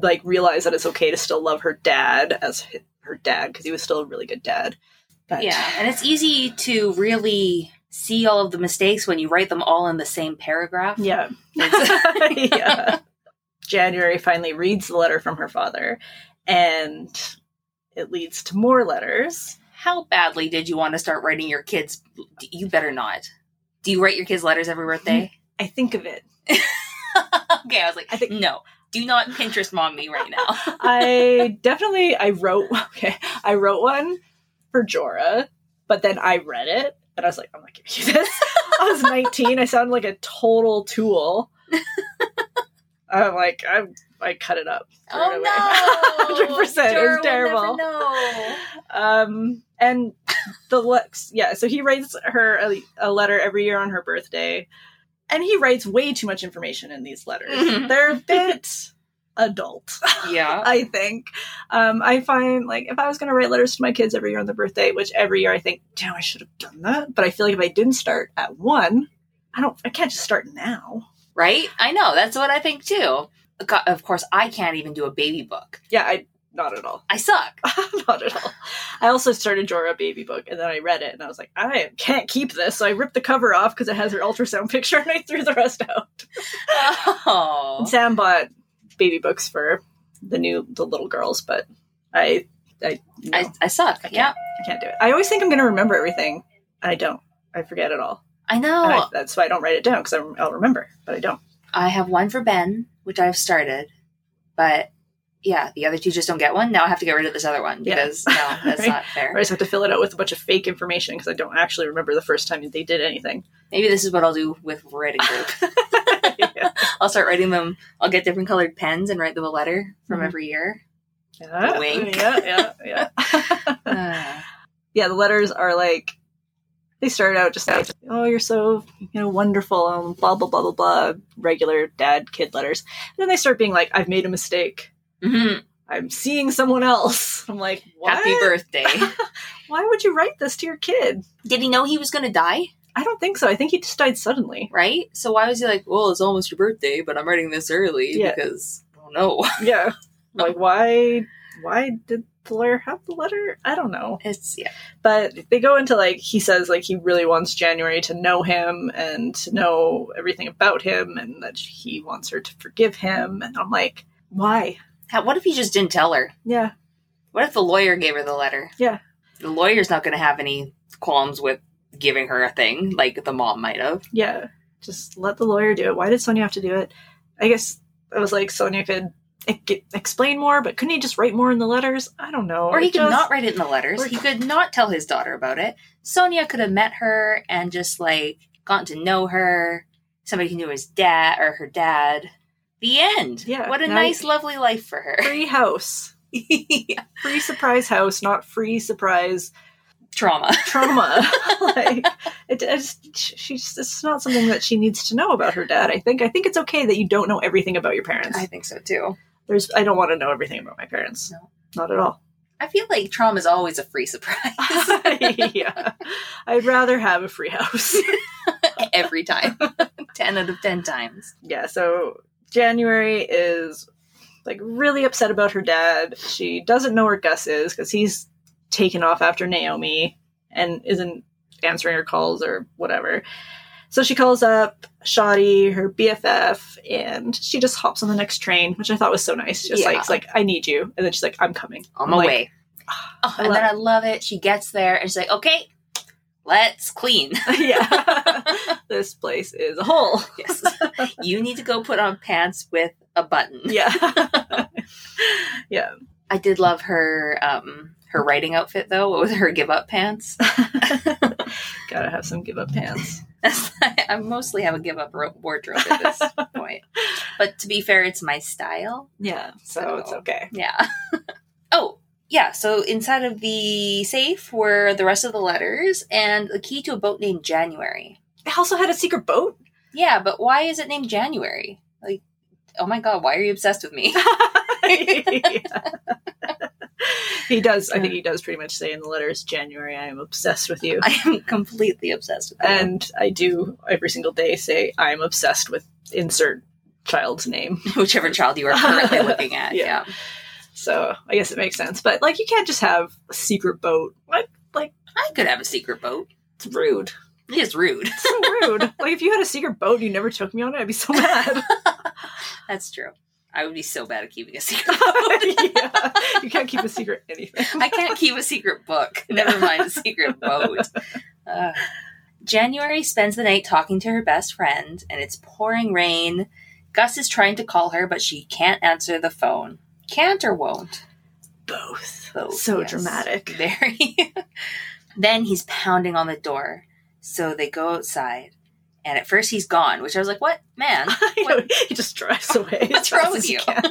like realize that it's okay to still love her dad as hi- her dad because he was still a really good dad. But
Yeah, and it's easy to really see all of the mistakes when you write them all in the same paragraph.
yeah. yeah. January finally reads the letter from her father and it leads to more letters.
How badly did you want to start writing your kids? You better not. Do you write your kids letters every birthday?
I think of it.
okay, I was like,
I think-
no, do not Pinterest mom me right now.
I definitely I wrote okay. I wrote one for Jorah, but then I read it and I was like, I'm not giving you this. I was 19. I sound like a total tool. I'm like I'm. I cut it up. threw it away.
Oh no!
100%. It was terrible.
No.
Um, and the looks, yeah. So he writes her a, a letter every year on her birthday, and he writes way too much information in these letters.
Mhm.
They're a bit adult.
Yeah.
I think. Um, I find like if I was going to write letters to my kids every year on their birthday, which every year I think, damn, I should have done that. But I feel like if I didn't start at one, I don't. I can't just start now.
Right? I know. That's what I think too. God, of course, I can't even do a baby book.
Yeah, I not at all.
I suck.
not at all. I also started Jorah baby book, and then I read it, and I was like, I can't keep this. So I ripped the cover off because it has her ultrasound picture, and I threw the rest out.
Oh.
And Sam bought baby books for the new the little girls, but I I no,
I, I suck.
can't.
yeah.
I can't do it. I always think I'm going to remember everything, and I don't. I forget it all.
I know.
And I, that's why I don't write it down because I'll remember, but I don't.
I have one for Ben, which I've started, but yeah, the other two just don't get one. Now I have to get rid of this other one
Yeah.
because no, that's
Right.
not fair.
I just have to fill it out with a bunch of fake information because I don't actually remember the first time they did anything.
Maybe this is what I'll do with writing group.
yeah.
I'll start writing them. I'll get different colored pens and write them a letter from
Mhm.
every year.
Yeah,
Wink.
yeah, yeah, yeah.
Uh,
yeah, the letters are like they start out just like, oh, you're so you know wonderful, um, blah blah blah blah blah, regular dad kid letters. And then they start being like, I've made a mistake.
mhm.
I'm seeing someone else. I'm like, what?
Happy birthday.
Why would you write this to your kid?
Did he know he was going to die?
I don't think so. I think he just died suddenly.
Right? So why was he like, well, it's almost your birthday, but I'm writing this early
Yeah.
because, oh no.
Yeah. like why why did the lawyer have the letter? I don't know.
It's, yeah.
But they go into like he says like he really wants January to know him and to know everything about him and that he wants her to forgive him and I'm like, why?
How, what if he just didn't tell her?
Yeah.
What if the lawyer gave her the letter?
Yeah.
The lawyer's not going to have any qualms with giving her a thing like the mom might have.
Yeah. Just let the lawyer do it. Why did Sonia have to do it? I guess I was like Sonia could e- g- explain more, but couldn't he just write more in the letters? I don't know.
Or he
It
could
just-
not write it in the letters.
Or-
He
He
could,
could not tell his daughter about it.
Sonia could have met her and just like gotten to know her. Somebody who knew his dad or her dad. The end.
Yeah,
What a
now-
nice, lovely life for her.
free house. Free surprise house, not free surprise
Trauma.
trauma. like, it, it's, she's, it's not something that she needs to know about her dad. I think. I think it's okay that you don't know everything about your parents.
I think so too.
There's. I don't want to know everything about my parents.
No.
Not at all.
I feel like trauma is always a free surprise
yeah, I'd rather have a free house.
every time. 10 out of 10 times.
yeah. So January is like really upset about her dad. She doesn't know where Gus is because he's taken off after Naomi and isn't answering her calls or whatever. So she calls up Shoddy, her BFF, and she just hops on the next train, which I thought was so nice. Just like,
Yeah.
it's like I need you, and then she's like, I'm coming.
On
I'm
my
like,
way. Oh, and
love
then I love it. She gets there and she's like, okay, let's clean.
yeah, this place is a hole.
Yes. you need to go put on pants with a button.
Yeah,
I did love her um her writing outfit though, with her give up pants.
gotta have some give up pants.
I mostly have a give up ro- wardrobe at this point. But to be fair, it's my style.
Yeah, so, it's
So-
okay.
Yeah. oh, yeah. So inside of the safe were the rest of the letters and the key to a boat named January.
They also had a secret boat.
Yeah, but why is it named January? Like, oh my god, why are you obsessed with me?
he does. I think he does pretty much say in the letters, January, I am obsessed with you.
I am completely obsessed with you.
And I do every single day say, I'm obsessed with insert child's name.
whichever child you are currently looking at.
Yeah.
Yeah.
So I guess it makes sense. But like, you can't just have a secret boat. What?
I could have a secret boat.
It's rude.
It is rude.
It's so rude. like, if you had a secret boat and you never took me on it, I'd be so mad.
That's true. I would be so bad at keeping a secret boat.
Yeah. You can't keep a secret anything.
I can't keep a secret book. Never mind a secret boat. Ugh. January spends the night talking to her best friend, and it's pouring rain. Gus is trying to call her, but she can't answer the phone. Can't or won't?
Both.
Both,
so
yes.
dramatic.
Very. then he's pounding on the door. So they go outside, and at first he's gone, which I was like, what? Man.
I know, he just drives away. as
What's wrong
fast
with
as he
you?
can.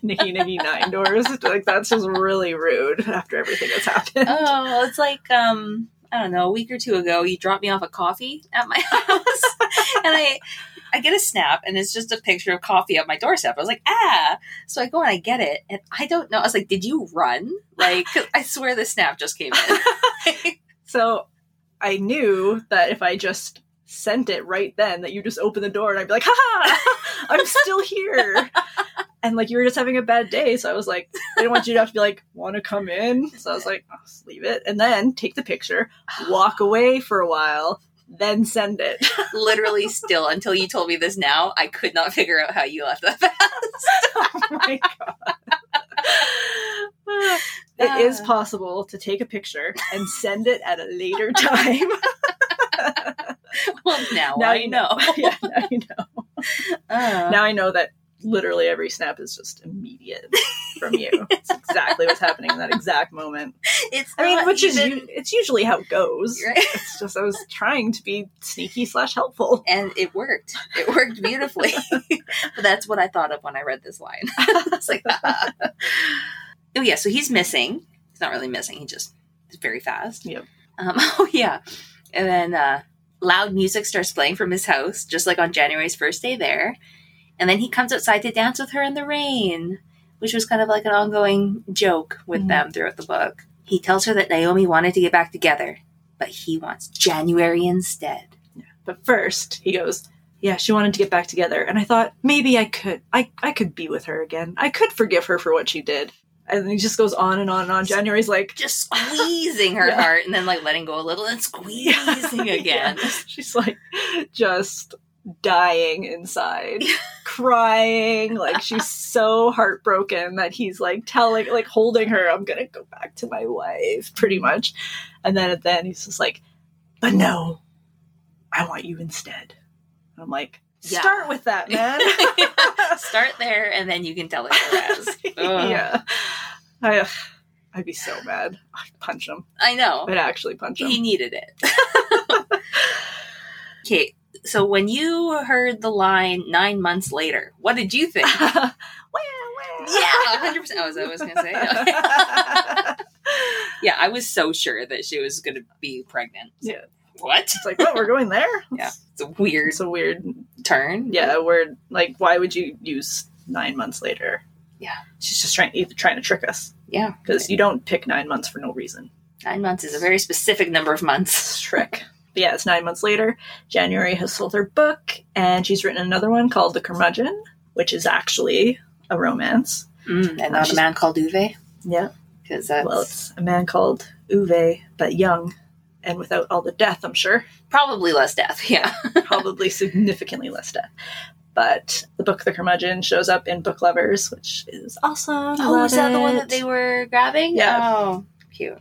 Nicky Nicky Nine Doors. Like that's just really rude after everything that's happened.
oh, it's like um, I don't know, a week or two ago, you dropped me off a coffee at my house, and I I get a snap, and it's just a picture of coffee at my doorstep. I was like, ah, so I go and I get it, and I don't know. I was like, did you run? Like, 'cause I swear the snap just came in.
So I knew that if I just sent it right then, that you just open the door and I'd be like, "Ha! I'm still here." And like you were just having a bad day, so I was like, I didn't want you to have to be like, "Want to come in?" So I was like, I'll just leave it, and then take the picture, walk away for a while, then send it.
Literally, still until you told me this now, I could not figure out how you left that. fast.
oh my god. It
Ah.
is possible to take a picture and send it at a later time.
well, now,
Now
I
you
know.
yeah, now you know.
Uh,
Now I know that literally every snap is just immediate from you. It's exactly what's happening in that exact moment.
it's
I mean,
not
which
even-
is u- it's usually how it goes.
Right.
It's just I was trying to be sneaky slash helpful.
and it worked. It worked beautifully. but that's what I thought of when I read this line. it's like, ah. oh yeah, so he's missing. He's not really missing. He just is very fast.
Yep.
Um, oh yeah, and then uh, loud music starts playing from his house, just like on January's first day there. And then he comes outside to dance with her in the rain.
which was kind of like an ongoing joke with them throughout the book. He tells her that Naomi wanted to get back together, but he wants January instead.
But first, he goes, "Yeah, she wanted to get back together." And I thought, "Maybe I could I I could be with her again. I could forgive her for what she did." And then he just goes on and on and on. January's like,
Just squeezing her
Yeah.
heart and then like letting go a little and squeezing again.
Yeah. She's like just dying inside, crying. Like she's so heartbroken that he's like telling, like holding her, I'm going to go back to my wife, pretty much. And then at the end, he's just like, but no, I want you instead. And I'm like,
Yeah.
start with that, man.
Start there and then you can tell it the rest. Ugh.
yeah. I, ugh, I'd be so mad. I'd punch him.
I know.
I'd actually punch him.
He needed it.
Okay, so when you heard the line nine months later, what did you think?
Wah, wah.
Yeah, 100%. I was, I was going to say. yeah, I was so sure that she was going to be pregnant.
Yeah.
What?
It's like, what? We're going there?
Yeah. It's a weird
It's a weird,
turn.
yeah, a word. Like, why would you use nine months later?
Yeah.
She's just trying, either trying to trick us
Yeah.
because you don't pick nine months for no reason.
Nine months is a very specific number of months.
It's a trick. But yeah, it's nine months later. January has sold her book and she's written another one called The Curmudgeon, which is actually a romance.
Mm, and not a
She's-
man called Uwe.
Yeah.
Because that's
Well, it's a man called Uwe, but young and without all the death, I'm sure.
probably less death. Yeah.
probably significantly less death. But the book The Curmudgeon shows up in Book Lovers, which is awesome.
Oh,
Love
is that the one
it.
that they were grabbing?
Yeah.
Oh, cute.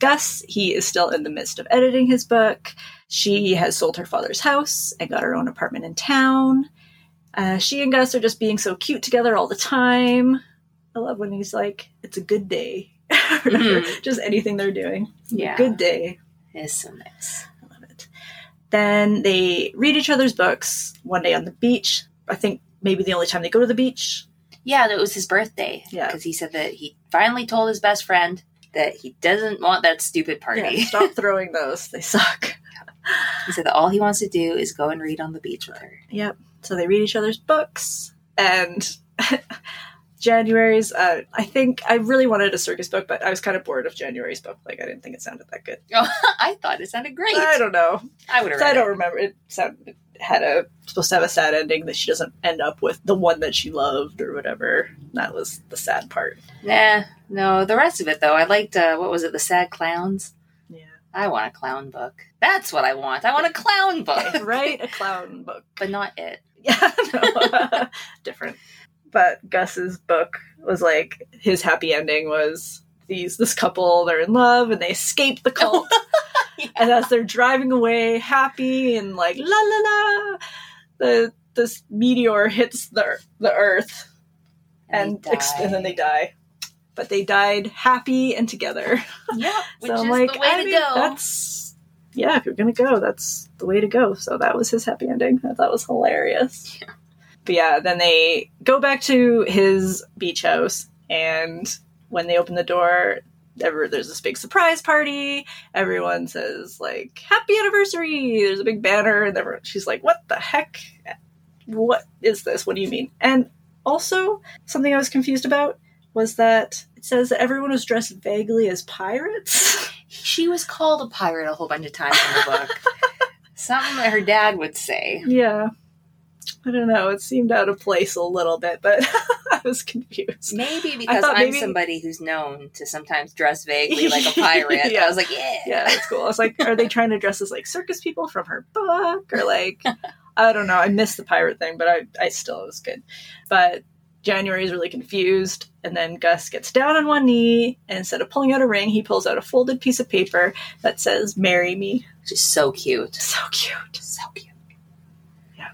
Gus, he is still in the midst of editing his book. She has sold her father's house and got her own apartment in town. Uh, she and Gus are just being so cute together all the time. I love when he's like, it's a good day.
Mhm.
Just anything they're doing.
Yeah.
Good day.
It's so nice.
I love it. Then they read each other's books one day on the beach. I think maybe the only time they go to the beach.
Yeah, that was his birthday.
Yeah.
Because he said that he finally told his best friend that he doesn't want that stupid party.
Yeah, stop throwing those. They suck.
He said that all he wants to do is go and read on the beach with her.
Yep. So they read each other's books. And January's, uh, I think I really wanted a circus book, but I was kind of bored of January's book. Like, I didn't think it sounded that good.
Oh, I thought it sounded great.
I don't know.
I would have
So I
read
don't remember. It sounded, had a, supposed to have a sad ending that she doesn't end up with the one that she loved or whatever. That was the sad part.
it. Nah, Eh, no. The rest of it, though, I liked, uh, what was it, The Sad Clowns?
Yeah.
I want a clown book. That's what I want. I want a clown book.
Write a clown book.
but not it.
Yeah, no. different. But Gus's book was like his happy ending was these this couple they're in love and they escape the cult, and as they're driving away happy and like la la la, the this meteor hits the ear- the earth and
they
ex- and then
die.
they die. But they died happy and together.
Yeah, which
so
is
I'm like,
the way
I
to
mean,
go.
That's yeah, if you're gonna go, that's the way to go. So that was his happy ending. I thought it was hilarious. But yeah, then they go back to his beach house, and when they open the door, ever there's this big surprise party. Everyone says like "Happy anniversary." There's a big banner, and everyone, she's like, "What the heck? What is this? What do you mean?" And also, something I was confused about was that it says that everyone was dressed vaguely as pirates.
she was called a pirate a whole bunch of times in the book. Something that her dad would say.
Yeah. I don't know. It seemed out of place a little bit, but I was confused.
Maybe because
thought
I'm
maybe-
somebody who's known to sometimes dress vaguely like a pirate.
Yeah.
I was like, yeah.
Yeah, that's cool. I was like, are they trying to dress as like circus people from her book? Or like, I don't know. I missed the pirate thing, but I, I still it was good. But January is really confused. And then Gus gets down on one knee. And instead of pulling out a ring, he pulls out a folded piece of paper that says, Marry me.
Which is so cute.
So cute.
So cute.
Yeah.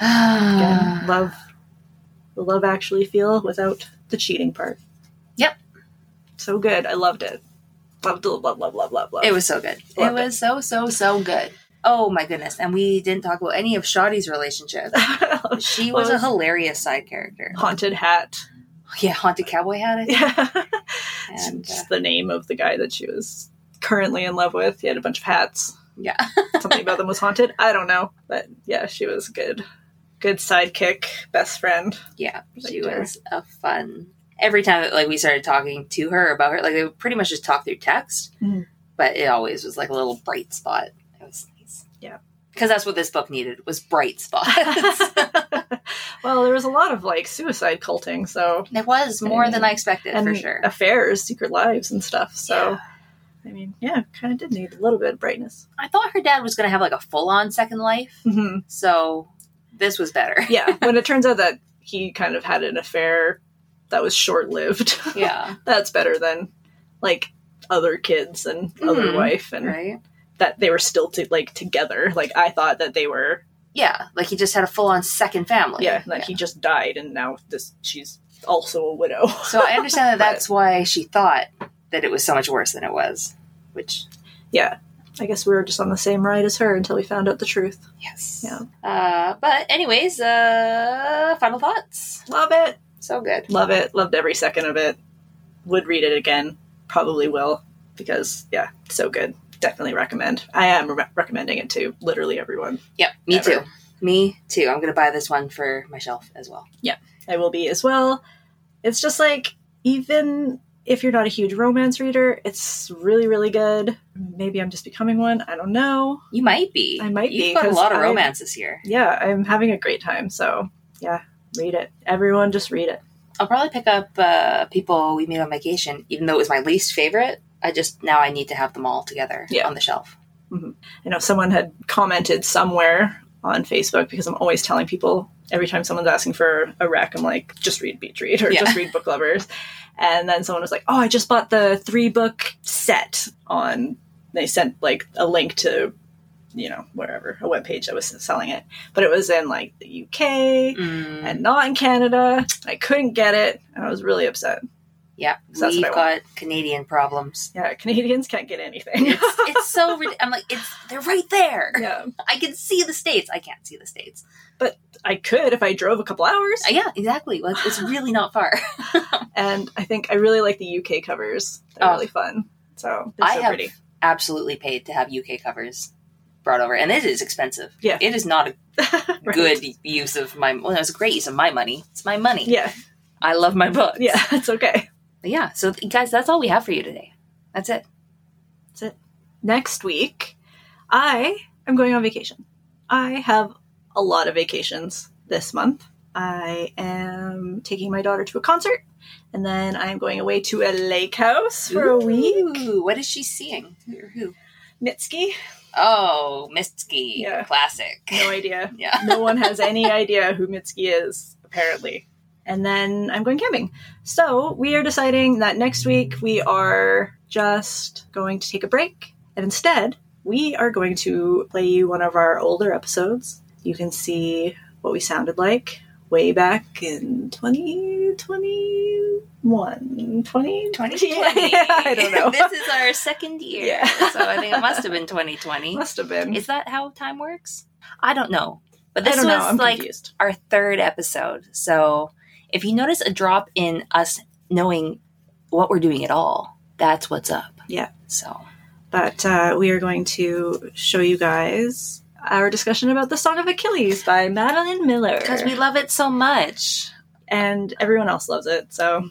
Ah.
Again, love the love actually feel without the cheating part.
Yep.
So good. I loved it. Loved love love love love love. love.
It was so good. it
Loved it.
was so, so, so good. Oh my goodness. And we didn't talk about any of Shoddy's relationship. She was a
Well,
hilarious side character.
haunted hat.
Yeah, Haunted Cowboy Hat, I think.
Yeah.
And, uh,
Just the name of the guy that she was currently in love with. He had a bunch of hats.
yeah.
Something about them was haunted. I don't know, but yeah, she was good. good sidekick, best friend.
Yeah,
Like
she
her.
was a fun. Every time like we started talking to her about her, like they would pretty much just talk through text,
Mhm.
but it always was like a little bright spot. It was nice.
Yeah.
because that's what this book needed was bright spots.
well, there was a lot of like suicide culting, so
it was more than I expected
and
for sure.
affairs, secret lives, and stuff. So,
Yeah.
I mean, yeah, kind of did need a little bit of brightness.
I thought her dad was going to have like a full on second life,
hmm
so this was better.
Yeah, when it turns out that he kind of had an affair that was short lived,
yeah,
that's better than like other kids and other
Mhm.
wife and
right.
that they were still to, like together. Like I thought that they were
Yeah, like he just had a full on second family.
yeah, like he just died and now this she's also a widow.
So I understand that
But-
that's why she thought that it was so much worse than it was. Which,
Yeah. I guess we were just on the same ride as her until we found out the truth.
yes.
Yeah.
Uh, but, anyways, uh, final thoughts.
Love it.
So good.
Love it. Loved every second of it. Would read it again. Probably will because yeah, so good. Definitely recommend. I am re- recommending it to literally everyone.
Yep. Me
Ever.
too. Me too. I'm going to buy this one for myself as well.
I will be as well. It's just like even if you're not a huge romance reader, it's really really good. Maybe I'm just becoming one. I don't know.
You might be.
I might
You've
be,
got a
'cause
lot of
I-
romance this year.
Yeah, I'm having a great time. So yeah, read it. Everyone, just read it.
I'll probably pick up uh, people we meet on vacation, even though it was my least favorite. I just now I need to have them all together
Yeah.
on the shelf.
I know someone had commented somewhere on Facebook because I'm always telling people every time someone's asking for a rec, I'm like, just read Beach Read or
Yeah.
just read Book Lovers. And then someone was like, oh, I just bought the three book set on. They sent like a link to, you know, wherever, a webpage that was selling it. But it was in like the UK
Mm,
and not in Canada. I couldn't get it. And I was really upset.
yeah,
So that's
we've
what I
got Canadian problems.
Yeah, Canadians can't get anything.
It's, it's so rid- I'm like it's they're right there.
yeah.
I can see the states. I can't see the states.
I could if I drove a couple hours.
Uh, yeah, exactly. Well, it's really not far.
and I think I really like the UK covers. They're
Oh.
really fun. So they're
I
so
have
pretty.
absolutely paid to have UK covers brought over, and it is expensive.
Yeah.
it is not a
Right.
good use of my. Well, it was a great use of my money. It's my money.
Yeah,
I love my books.
yeah, it's okay.
But yeah, so th- guys, that's all we have for you today. That's it.
Next week, I am going on vacation. I have a lot of vacations this month. I am taking my daughter to a concert, and then I am going away to a lake house for a week.
Ooh, What is she seeing? Or who?
Mitski,
Oh, Mistsky.
Yeah.
Classic.
no idea.
yeah.
no one has any idea who Mitski is, apparently. And then I'm going camping. So we are deciding that next week we are just going to take a break. And instead, we are going to play you one of our older episodes. You can see what we sounded like way back in 2021. 20?
2020.
Yeah, I don't know.
this is our second year.
Yeah.
so I think it must have been 2020.
Must have been.
Is that how time works? I don't know. But
I
this
don't
was
know. I'm
like
confused.
our third episode. So if you notice a drop in us knowing what we're doing at all, that's what's up.
Yeah.
So
but uh, we are going to show you guys our discussion about the Song of Achilles by Madeline Miller.
because we love it so much.
and everyone else loves it, so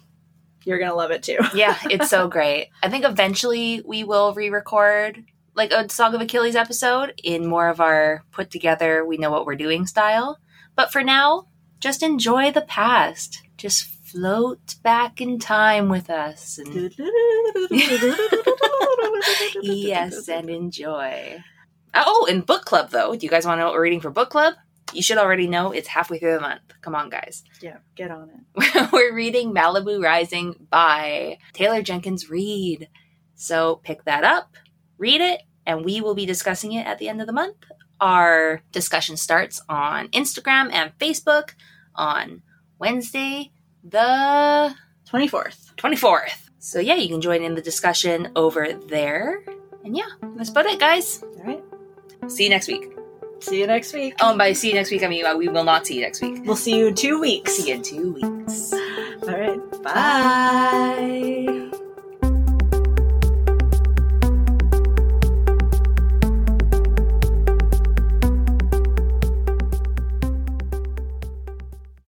you're gonna love it too.
yeah, it's so great. I think eventually we will re-record like a Song of Achilles episode in more of our put together, we know what we're doing style. But for now, just enjoy the past. Just float back in time with us. And, yes, and enjoy. Oh, and book club though. Do you guys want to know what we're reading for book club? You should already know it's halfway through the month. Come on, guys.
yeah, get on it.
we're reading Malibu Rising by Taylor Jenkins Reid. So pick that up, read it, and we will be discussing it at the end of the month. Our discussion starts on Instagram and Facebook on Wednesday, the
Twenty fourth.
24th. So, yeah, you can join in the discussion over there. And yeah, that's about it, guys.
All right.
See you next week.
See you next week.
Oh, and by see you next week, I mean uh, we will not see you next week.
We'll see you in two weeks.
See you in two weeks.
All right. Bye.
Bye.